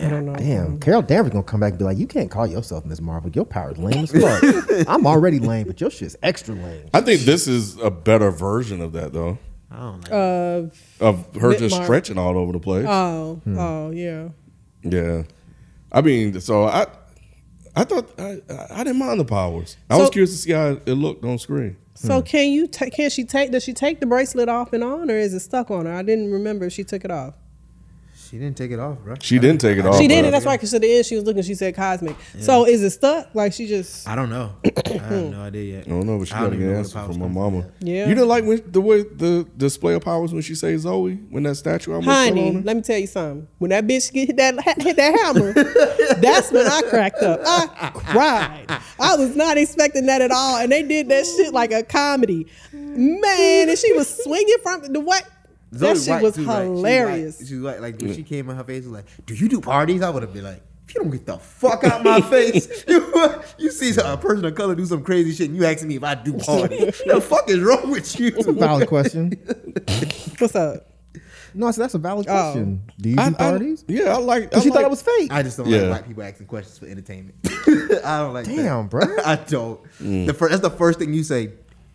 [SPEAKER 2] I don't know.
[SPEAKER 4] Mm-hmm.
[SPEAKER 3] Damn, Carol Danvers gonna come back and be like, "You can't call yourself Miss Marvel. Your power's lame as fuck. I'm already lame, but your shit's extra lame."
[SPEAKER 1] I think this is a better version of that though.
[SPEAKER 4] I don't like.
[SPEAKER 2] Uh,
[SPEAKER 1] of her
[SPEAKER 2] Bit
[SPEAKER 1] just
[SPEAKER 2] mark.
[SPEAKER 1] stretching all over the place.
[SPEAKER 2] oh,
[SPEAKER 4] Hmm.
[SPEAKER 2] oh, yeah.
[SPEAKER 1] yeah, I mean, so I, I thought I, I didn't mind the powers. I was
[SPEAKER 2] So-
[SPEAKER 1] curious to see how it looked on screen.
[SPEAKER 4] Hmm.
[SPEAKER 2] So can you ta- can she take does she take the bracelet off and on or is it stuck on her? I didn't remember if she took it off.
[SPEAKER 4] she didn't take it off, bro.
[SPEAKER 1] She didn't take it off.
[SPEAKER 2] she did
[SPEAKER 1] but-
[SPEAKER 2] it. That's right. Because at the end she was looking. She said cosmic. So is it stuck? Like she just
[SPEAKER 4] I don't know. I have no idea yet.
[SPEAKER 1] I don't know, but she
[SPEAKER 4] I don't
[SPEAKER 1] got to
[SPEAKER 4] even
[SPEAKER 1] get an
[SPEAKER 4] know where
[SPEAKER 1] answer
[SPEAKER 4] the powers
[SPEAKER 1] from my
[SPEAKER 4] come
[SPEAKER 1] mama.
[SPEAKER 4] yet.
[SPEAKER 2] Yeah.
[SPEAKER 1] you didn't like when, the way the display of powers when she say Zoe when that statue almost fell
[SPEAKER 2] Honey,
[SPEAKER 1] on her.
[SPEAKER 2] let me tell you something. When that bitch get hit that ha- hit that hammer, that's when I cracked up. I cried. I was not expecting that at all, and they did that shit like a comedy. Man, and she was swinging from the what?
[SPEAKER 4] Zoe
[SPEAKER 2] That shit
[SPEAKER 4] White,
[SPEAKER 2] was
[SPEAKER 4] too, like, she
[SPEAKER 2] hilarious.
[SPEAKER 4] White- She was like, like when she came in her face was like, "Do you do parties?" I would have been like, "If you don't get the fuck out my face, you you see a person of color do some crazy shit, and you asking me if I do parties? the fuck is wrong with you?"
[SPEAKER 3] Valid question.
[SPEAKER 2] What's up?
[SPEAKER 3] No, I said that's a valid
[SPEAKER 2] Oh.
[SPEAKER 3] question. Do you do
[SPEAKER 1] I- I-
[SPEAKER 3] parties?
[SPEAKER 1] yeah, I like. I
[SPEAKER 3] Because she thought
[SPEAKER 1] like-
[SPEAKER 3] it was fake.
[SPEAKER 4] I just don't
[SPEAKER 1] Yeah.
[SPEAKER 4] like black people asking questions for entertainment. I don't like. that.
[SPEAKER 3] Damn, bruh.
[SPEAKER 4] I don't. The fir- that's the first thing you say.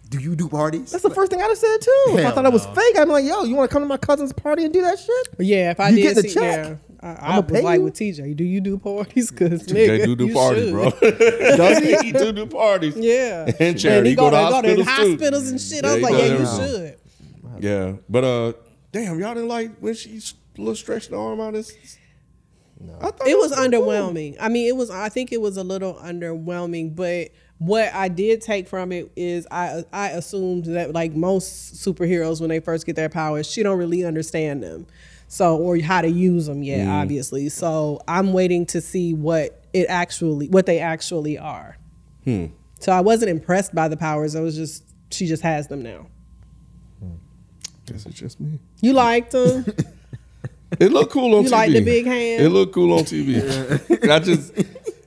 [SPEAKER 4] Do you do parties?
[SPEAKER 3] that's the first thing I'd have said too. If I
[SPEAKER 4] Hell
[SPEAKER 3] thought it was
[SPEAKER 4] no.
[SPEAKER 3] fake, I'm like, "Yo, you want to come to my cousin's party and do that shit?"
[SPEAKER 2] Yeah, if I
[SPEAKER 3] You
[SPEAKER 2] did
[SPEAKER 3] get the
[SPEAKER 2] see,
[SPEAKER 3] check.
[SPEAKER 2] yeah, I, I
[SPEAKER 3] I'ma
[SPEAKER 2] was
[SPEAKER 3] pay
[SPEAKER 2] like
[SPEAKER 3] you.
[SPEAKER 2] with TJ. Do you do parties? Because
[SPEAKER 1] They do do parties, bro. he do do parties.
[SPEAKER 2] Yeah,
[SPEAKER 1] And
[SPEAKER 2] Man,
[SPEAKER 1] charity. He go to hospitals, too.
[SPEAKER 2] hospitals and shit.
[SPEAKER 1] Yeah,
[SPEAKER 2] I was
[SPEAKER 1] he
[SPEAKER 2] like,
[SPEAKER 1] go
[SPEAKER 2] yeah,
[SPEAKER 1] to
[SPEAKER 2] you
[SPEAKER 1] everything.
[SPEAKER 2] should.
[SPEAKER 1] Yeah, but uh, damn, y'all didn't like when she s- little stretched the arm out. This, no, I thought
[SPEAKER 2] it was
[SPEAKER 1] pretty
[SPEAKER 2] underwhelming. I mean, it was. I think it was a little underwhelming, but what I did take from it is I I assumed that like most superheroes when they first get their powers, she don't really understand them, so or how to use them yet, obviously. So I'm waiting to see what it actually what they actually are. So I wasn't impressed by the powers. I was just she just has them now.
[SPEAKER 1] Cool. Guess it's just me.
[SPEAKER 2] You liked them.
[SPEAKER 1] It looked cool on
[SPEAKER 2] You
[SPEAKER 1] TV.
[SPEAKER 2] like the big hand?
[SPEAKER 1] It looked cool on TV. I just,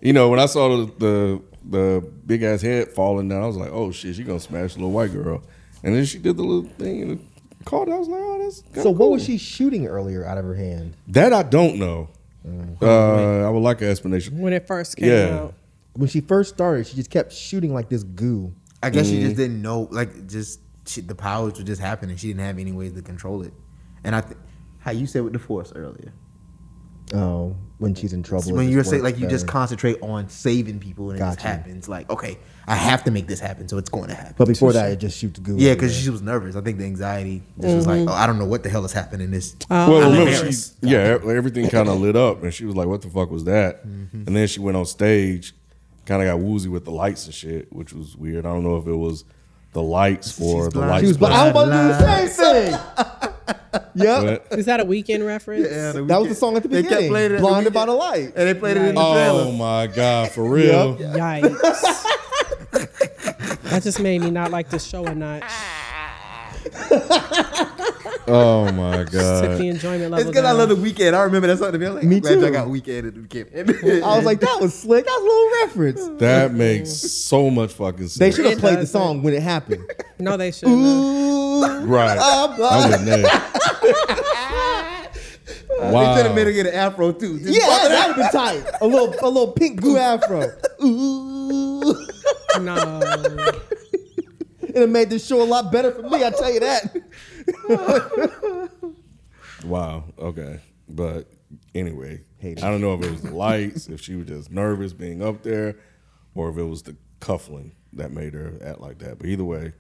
[SPEAKER 1] you know, when I saw the the, the big ass head falling down, I was like, oh shit, she gonna smash the little white girl. And then she did the little thing and it caught. it. I was like, oh, that's kinda
[SPEAKER 3] So what was
[SPEAKER 1] cool.
[SPEAKER 3] she shooting earlier out of her hand?
[SPEAKER 1] That I don't know. Uh, I would like an explanation.
[SPEAKER 2] when it first came
[SPEAKER 1] Yeah.
[SPEAKER 2] out.
[SPEAKER 3] When she first started, she just kept shooting like this goo.
[SPEAKER 4] I guess she just didn't know, like, just she, the powers were just happening. She didn't have any ways to control it. And I, th- how you said with the force earlier,
[SPEAKER 3] Oh, when she's in trouble. it
[SPEAKER 4] when
[SPEAKER 3] just
[SPEAKER 4] you're say,
[SPEAKER 3] works
[SPEAKER 4] like you just
[SPEAKER 3] better.
[SPEAKER 4] concentrate on saving people and it just
[SPEAKER 3] Gotcha.
[SPEAKER 4] happens. Like okay, I have to make this happen, so it's going to happen.
[SPEAKER 3] But before that, it just shoots goo.
[SPEAKER 4] yeah, because she was nervous. I think the anxiety just was
[SPEAKER 2] Mm-hmm.
[SPEAKER 4] like, oh, I don't know what the hell is happening. This
[SPEAKER 2] Oh.
[SPEAKER 1] well,
[SPEAKER 4] I'm
[SPEAKER 1] remember she,
[SPEAKER 4] embarrassed.
[SPEAKER 1] yeah, e- everything kind of lit up, and she was like, "What the fuck was that?"
[SPEAKER 4] Mm-hmm.
[SPEAKER 1] And then she went on stage, kind of got woozy with the lights and shit, which was weird. I don't know if it was the lights or the
[SPEAKER 4] blind.
[SPEAKER 1] lights.
[SPEAKER 4] She was
[SPEAKER 3] But I was about to do the
[SPEAKER 4] Lies.
[SPEAKER 3] same thing. yep.
[SPEAKER 1] but-
[SPEAKER 2] Is that a weekend reference?
[SPEAKER 3] That was the song at the beginning. Blinded by the light.
[SPEAKER 4] and they played it in the
[SPEAKER 1] oh
[SPEAKER 4] trailer.
[SPEAKER 1] my god, for real?
[SPEAKER 2] Yikes. that just made me not like the show a notch.
[SPEAKER 1] Oh my
[SPEAKER 2] Took the
[SPEAKER 1] god.
[SPEAKER 2] enjoyment
[SPEAKER 4] It's
[SPEAKER 2] level
[SPEAKER 4] because I
[SPEAKER 2] down.
[SPEAKER 4] love the weekend. I remember that song to be like,
[SPEAKER 3] Me
[SPEAKER 4] I'm glad
[SPEAKER 3] too.
[SPEAKER 4] I got weekend at the weekend.
[SPEAKER 3] I was like, that was slick. That was a little reference.
[SPEAKER 1] That makes so much fucking sense.
[SPEAKER 3] They should have
[SPEAKER 2] It
[SPEAKER 3] played the
[SPEAKER 2] doesn't.
[SPEAKER 3] song when it happened.
[SPEAKER 2] No, they shouldn't. have.
[SPEAKER 3] Ooh,
[SPEAKER 1] right.
[SPEAKER 3] I'm
[SPEAKER 1] I
[SPEAKER 3] blind.
[SPEAKER 1] wouldn't have.
[SPEAKER 4] They could have made her
[SPEAKER 1] wow.
[SPEAKER 4] get an afro too. Just
[SPEAKER 3] uh, Yeah, that would have been tight. A little, a little pink goo afro. Ooh,
[SPEAKER 2] No.
[SPEAKER 3] it have made this show a lot better for me. I tell you that.
[SPEAKER 1] Wow. Okay. But anyway,
[SPEAKER 3] Hate it.
[SPEAKER 1] I don't know if it was the lights, if she was just nervous being up there, or if it was the cuffling that made her act like that. But either way,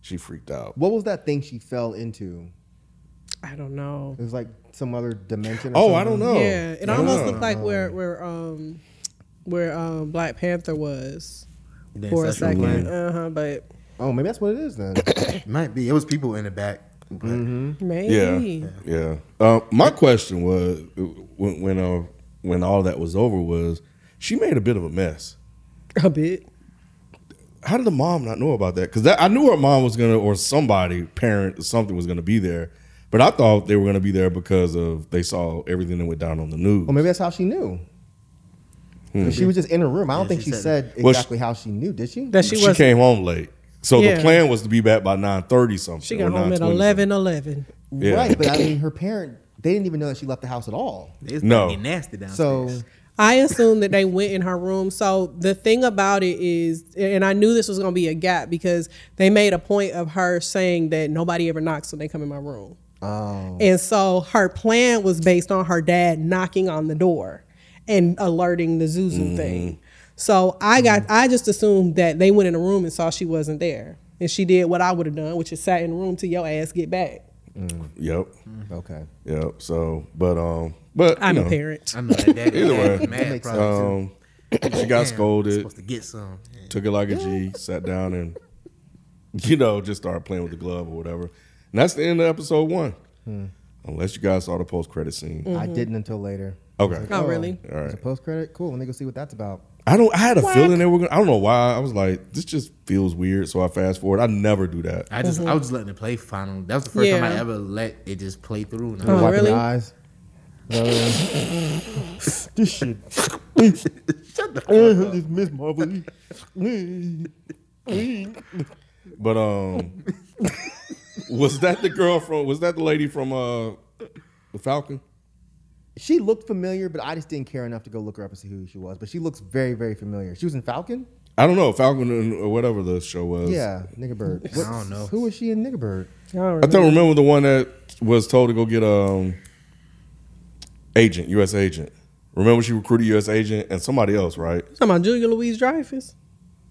[SPEAKER 1] she freaked out.
[SPEAKER 3] What was that thing she fell into?
[SPEAKER 2] I don't know.
[SPEAKER 3] It was like some other dimension. Or
[SPEAKER 1] Oh, I
[SPEAKER 3] something.
[SPEAKER 1] don't know.
[SPEAKER 2] Yeah, it
[SPEAKER 1] I don't
[SPEAKER 2] almost
[SPEAKER 1] know.
[SPEAKER 2] looked like where where um where um Black Panther was
[SPEAKER 4] The
[SPEAKER 2] for a
[SPEAKER 4] ancestral
[SPEAKER 2] second.
[SPEAKER 4] plane.
[SPEAKER 2] Uh huh. But
[SPEAKER 3] Oh, maybe that's what it is then.
[SPEAKER 4] Might be. It was people in the back. But
[SPEAKER 3] Mm-hmm.
[SPEAKER 1] Yeah,
[SPEAKER 2] maybe.
[SPEAKER 1] yeah. Uh, my question was when when uh, when all that was over was she made a bit of a mess.
[SPEAKER 2] A bit.
[SPEAKER 1] How did the mom not know about that? Because I knew her mom was gonna or somebody parent or something was gonna be there, but I thought they were gonna be there because of they saw everything that went down on the news.
[SPEAKER 3] Well, maybe that's how she knew. 'Cause She was just in her room. I don't
[SPEAKER 4] Yeah,
[SPEAKER 3] think she,
[SPEAKER 4] she
[SPEAKER 3] said,
[SPEAKER 1] Hmm. Well, she-
[SPEAKER 3] exactly how she knew, did she?
[SPEAKER 2] That she,
[SPEAKER 1] she
[SPEAKER 2] was
[SPEAKER 1] came home late. So
[SPEAKER 2] Yeah.
[SPEAKER 1] the plan was to be back by nine thirty something.
[SPEAKER 2] she
[SPEAKER 1] or
[SPEAKER 2] got home at
[SPEAKER 1] 9:20
[SPEAKER 2] eleven eleven.
[SPEAKER 1] something. Yeah.
[SPEAKER 3] Right, but I mean, her parent, they didn't even know that she left the house at all.
[SPEAKER 4] It's
[SPEAKER 1] No.
[SPEAKER 4] pretty nasty downstairs.
[SPEAKER 3] So,
[SPEAKER 2] I assume that they went in her room. So the thing about it is, and I knew this was going to be a gap because they made a point of her saying that nobody ever knocks when they come in my room.
[SPEAKER 3] oh.
[SPEAKER 2] And so her plan was based on her dad knocking on the door and alerting the Zuzu
[SPEAKER 3] Mm-hmm.
[SPEAKER 2] thing. So I got I just assumed that they went in the room and saw she wasn't there. And she did what I would have done, which is sat in the room till your ass get back.
[SPEAKER 1] Yep.
[SPEAKER 3] Okay.
[SPEAKER 1] Yep. So, but um, but you
[SPEAKER 2] I'm a
[SPEAKER 1] know,
[SPEAKER 2] parent.
[SPEAKER 4] I know that daddy
[SPEAKER 1] Either way.
[SPEAKER 4] was
[SPEAKER 3] That
[SPEAKER 4] mad
[SPEAKER 3] makes
[SPEAKER 4] probably too.
[SPEAKER 1] Um, she got
[SPEAKER 4] Damn,
[SPEAKER 1] scolded.
[SPEAKER 4] Supposed to get some. Yeah.
[SPEAKER 1] took it like a G, sat down, and you know just started playing with the glove or whatever. And that's the end of episode one.
[SPEAKER 2] Hmm.
[SPEAKER 1] Unless you guys saw the post credit scene.
[SPEAKER 2] Mm-hmm.
[SPEAKER 3] I didn't until later.
[SPEAKER 1] Okay,
[SPEAKER 2] Oh, really?
[SPEAKER 1] all
[SPEAKER 3] There's a
[SPEAKER 1] right.
[SPEAKER 3] post credit? Cool. Let me go see what that's about.
[SPEAKER 1] I don't. I had a feeling they were gonna. I don't know why. I was like, this just feels weird. So I fast forward. I never do that.
[SPEAKER 4] I
[SPEAKER 3] Mm-hmm.
[SPEAKER 4] just I was just letting it play final. That was the first time
[SPEAKER 2] Yeah.
[SPEAKER 4] I ever let it just play through. And I
[SPEAKER 2] Oh,
[SPEAKER 4] was
[SPEAKER 3] Wiping
[SPEAKER 2] really?
[SPEAKER 3] the eyes. Uh, this shit.
[SPEAKER 4] Shut the fuck
[SPEAKER 3] Uh,
[SPEAKER 4] up.
[SPEAKER 3] this Miss Marvel.
[SPEAKER 1] But um, was that the girl from? Was that the lady from uh, the Falcon?
[SPEAKER 3] she looked familiar, but I just didn't care enough to go look her up and see who she was. But she looks very, very familiar. She was in Falcon?
[SPEAKER 1] I don't know Falcon and- or whatever the show was.
[SPEAKER 3] Yeah, Nigga Bird.
[SPEAKER 4] I don't know.
[SPEAKER 3] Who was she in Nigga Bird?
[SPEAKER 2] I
[SPEAKER 1] I
[SPEAKER 2] don't
[SPEAKER 1] don't
[SPEAKER 2] remember.
[SPEAKER 1] remember the one that was told to go get um agent, U.S. agent. Remember she recruited U.S. agent and somebody else, right?
[SPEAKER 2] You talking about Julia Louise Dreyfus.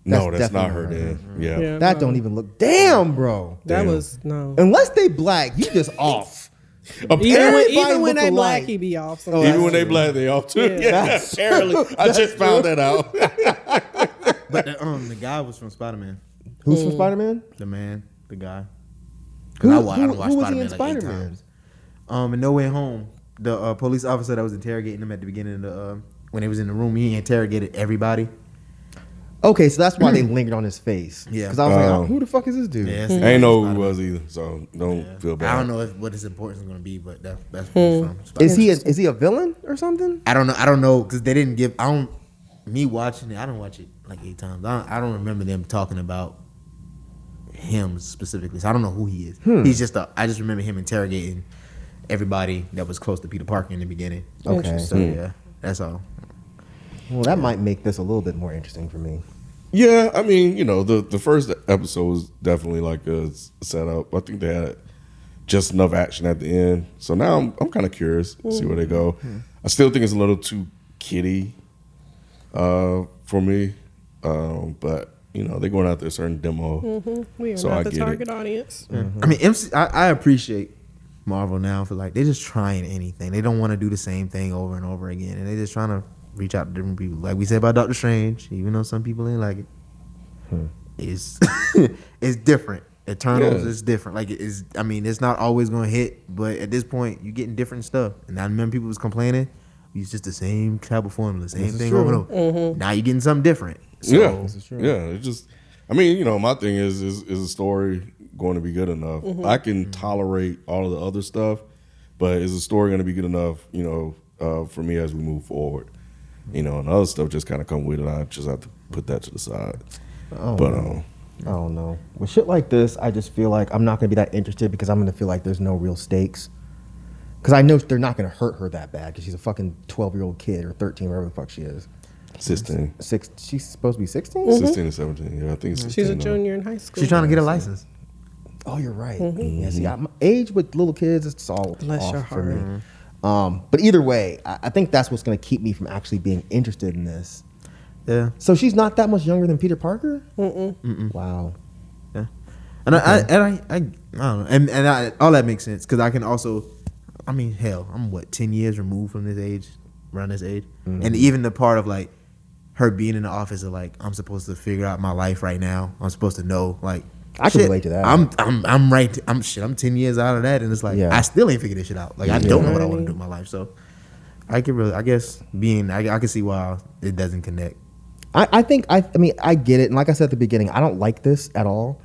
[SPEAKER 1] no,
[SPEAKER 3] That's
[SPEAKER 1] that's not her.
[SPEAKER 3] definitely
[SPEAKER 1] Then, yeah.
[SPEAKER 2] Yeah.
[SPEAKER 3] That don't even look. Damn, bro.
[SPEAKER 2] That
[SPEAKER 1] Damn.
[SPEAKER 2] was no.
[SPEAKER 3] Unless they black, you just off.
[SPEAKER 2] Even,
[SPEAKER 3] Everybody
[SPEAKER 2] even when
[SPEAKER 3] looked
[SPEAKER 2] they black,
[SPEAKER 3] alike.
[SPEAKER 2] he be off.
[SPEAKER 3] Oh,
[SPEAKER 2] sometimes.
[SPEAKER 1] Even when they black, they all too.
[SPEAKER 2] Yeah.
[SPEAKER 1] Yeah, apparently. I just found that out.
[SPEAKER 4] But the, um, the guy was from Spider Man.
[SPEAKER 3] Who's
[SPEAKER 2] Mm.
[SPEAKER 3] from Spider Man?
[SPEAKER 4] The man, the guy.
[SPEAKER 3] Who-
[SPEAKER 4] Because I, wa- I
[SPEAKER 3] who-
[SPEAKER 4] done watched
[SPEAKER 3] who was he
[SPEAKER 4] Spider Man
[SPEAKER 3] in
[SPEAKER 4] like eight
[SPEAKER 3] Spider-Man?
[SPEAKER 4] times. Um, in No Way Home, the uh, police officer that was interrogating him at the beginning of the uh, when they was in the room, he interrogated everybody.
[SPEAKER 1] Mm-hmm.
[SPEAKER 3] Okay, so that's why they lingered on his face.
[SPEAKER 4] Yeah.
[SPEAKER 3] Because I was
[SPEAKER 1] Oh.
[SPEAKER 3] like, who the fuck is this dude?
[SPEAKER 4] Yeah,
[SPEAKER 1] I ain't know who it was either, so don't feel bad.
[SPEAKER 4] I don't know if, what his importance is going to be, but that, that's where he's from.
[SPEAKER 3] Is
[SPEAKER 4] Spider-Man.
[SPEAKER 3] he a, is he a villain or something?
[SPEAKER 4] I don't know. I don't know because they didn't give. I don't. Me watching it, I don't watch it like eight times. I don't, I don't remember them talking about him specifically. So I don't know who he is. He's just. A, I just remember him interrogating everybody that was close to Peter Parker in the beginning.
[SPEAKER 3] Okay.
[SPEAKER 4] So yeah, that's all.
[SPEAKER 3] Well, that might make this a little bit more interesting for me.
[SPEAKER 1] Yeah, I mean, you know, the the first episode was definitely like a s- setup. I think
[SPEAKER 4] Mm-hmm.
[SPEAKER 1] they had just enough action at the end. So now I'm I'm kind of curious to see where they go. I still think it's a little too kiddie uh, for me, um, but you know they're going out there a certain demo.
[SPEAKER 4] Mm-hmm.
[SPEAKER 2] We are
[SPEAKER 1] So
[SPEAKER 2] not
[SPEAKER 1] I
[SPEAKER 2] the
[SPEAKER 1] get it.
[SPEAKER 2] target audience.
[SPEAKER 4] I mean, MC, I, I appreciate Marvel now for like they're just trying anything. They don't want to do the same thing over and over again, and they're just trying to reach out to different people. Like we said about Doctor Strange, even though some people ain't like it, it's it's different. Eternals
[SPEAKER 1] Yeah.
[SPEAKER 4] is different. Like it is, I mean, it's not always gonna hit, but at this point, you're getting different stuff. And I remember people was complaining, it's just the same type of formula, same thing over and over. Now you're getting something different. So,
[SPEAKER 1] yeah, yeah. It's just, I mean, you know, my thing is, is is a story going to be good enough?
[SPEAKER 2] Mm-hmm.
[SPEAKER 1] I can tolerate all of the other stuff, but is the story going to be good enough? You know, uh, for me as we move forward, you know, and other stuff just kind of come with it. I just have to put that to the side. but um,
[SPEAKER 3] I don't know. With shit like this, I just feel like I'm not gonna be that interested because I'm gonna feel like there's no real stakes. Because I know they're not gonna hurt her that bad because she's a fucking 12 year old kid or 13, whatever the fuck she is.
[SPEAKER 4] Mm.
[SPEAKER 1] 16,
[SPEAKER 3] Six. She's supposed to be 16.
[SPEAKER 4] Mm-hmm.
[SPEAKER 1] 16 and seventeen. Yeah, I think it's 16
[SPEAKER 2] Mm-hmm. She's a
[SPEAKER 1] now.
[SPEAKER 2] junior in high school.
[SPEAKER 4] she's trying to get a license.
[SPEAKER 3] Oh, you're right. Yeah, see, I'm, age with little kids, it's all
[SPEAKER 2] Mm-hmm. Bless
[SPEAKER 3] off
[SPEAKER 2] your
[SPEAKER 3] for me. Um, but either way, I, I think that's what's gonna keep me from actually being interested in this.
[SPEAKER 4] Yeah.
[SPEAKER 3] So she's not that much younger than Peter Parker. Mm-mm. Wow.
[SPEAKER 4] Yeah, and I, I and I, I, I don't know, and and I, all that makes sense because I can also, I mean, hell, I'm what ten years removed from this age, around this age,
[SPEAKER 3] Mm-hmm.
[SPEAKER 4] and even the part of like her being in the office of like I'm supposed to figure out my life right now. I'm supposed to know like.
[SPEAKER 3] I can
[SPEAKER 4] shit,
[SPEAKER 3] relate to that.
[SPEAKER 4] I'm I'm I'm right. I'm shit. I'm ten years out of that, and it's like
[SPEAKER 3] Yeah.
[SPEAKER 4] I still ain't figured this shit out. Like I don't know what I want to do with my life. So I can really, I guess, being I, I can see why it doesn't connect.
[SPEAKER 3] I, I think I, I mean I get it, and like I said at the beginning, I don't like this at all,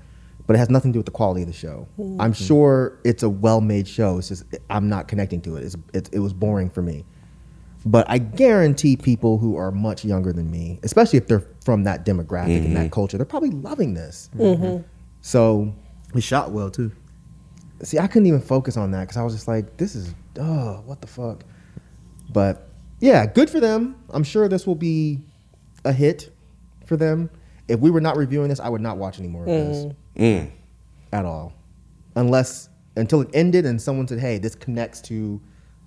[SPEAKER 3] but it has nothing to do with the quality of the show. I'm sure it's a well-made show. It's just I'm not connecting to it. It's, it. It was boring for me, but I guarantee people who are much younger than me, especially if they're from that demographic and that culture, they're probably loving this. So,
[SPEAKER 4] It shot well too.
[SPEAKER 3] see, I couldn't even focus on that because I was just like, this is, oh, what the fuck. But yeah, good for them. I'm sure this will be a hit for them. If we were not reviewing this, I would not watch any more of this
[SPEAKER 1] Mm.
[SPEAKER 3] at all. Unless until it ended and someone said, hey, this connects to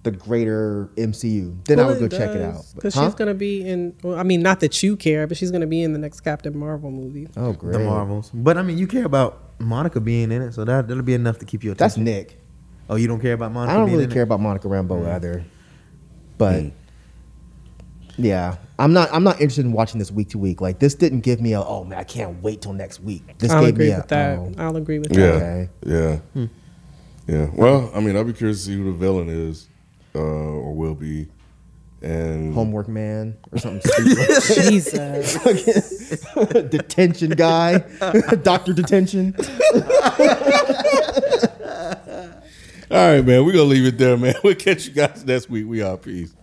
[SPEAKER 3] the greater MCU. Then I would go check it out. But-
[SPEAKER 2] because
[SPEAKER 3] huh?
[SPEAKER 2] she's gonna be in. Well, I mean, not that you care, but she's gonna be in the next Captain Marvel movie.
[SPEAKER 3] oh, great.
[SPEAKER 4] the Marvels. But I mean, you care about Monica being in it, so that that'll be enough to keep you
[SPEAKER 3] That's
[SPEAKER 4] attention.
[SPEAKER 3] Nick.
[SPEAKER 4] oh, you don't care about Monica.
[SPEAKER 3] I don't
[SPEAKER 4] being
[SPEAKER 3] really
[SPEAKER 4] in
[SPEAKER 3] care
[SPEAKER 4] It?
[SPEAKER 3] about Monica Rambeau either, but yeah, I'm not. I'm not interested in watching this week to week. Like this didn't give me a. Oh man, I can't wait till next week. This
[SPEAKER 2] I'll
[SPEAKER 3] gave
[SPEAKER 2] agree
[SPEAKER 3] me a.
[SPEAKER 2] with that.
[SPEAKER 3] oh.
[SPEAKER 2] I'll agree with
[SPEAKER 1] Yeah,
[SPEAKER 2] that.
[SPEAKER 3] Okay.
[SPEAKER 1] yeah,
[SPEAKER 2] Hmm.
[SPEAKER 1] yeah. Well, I mean, I'll be curious to see who the villain is, uh, or will be, and
[SPEAKER 3] Homework man or something stupid.
[SPEAKER 2] Jesus,
[SPEAKER 3] Detention guy, doctor detention.
[SPEAKER 1] All right, man. We're gonna leave it there, man. We'll catch you guys next week. We are peace.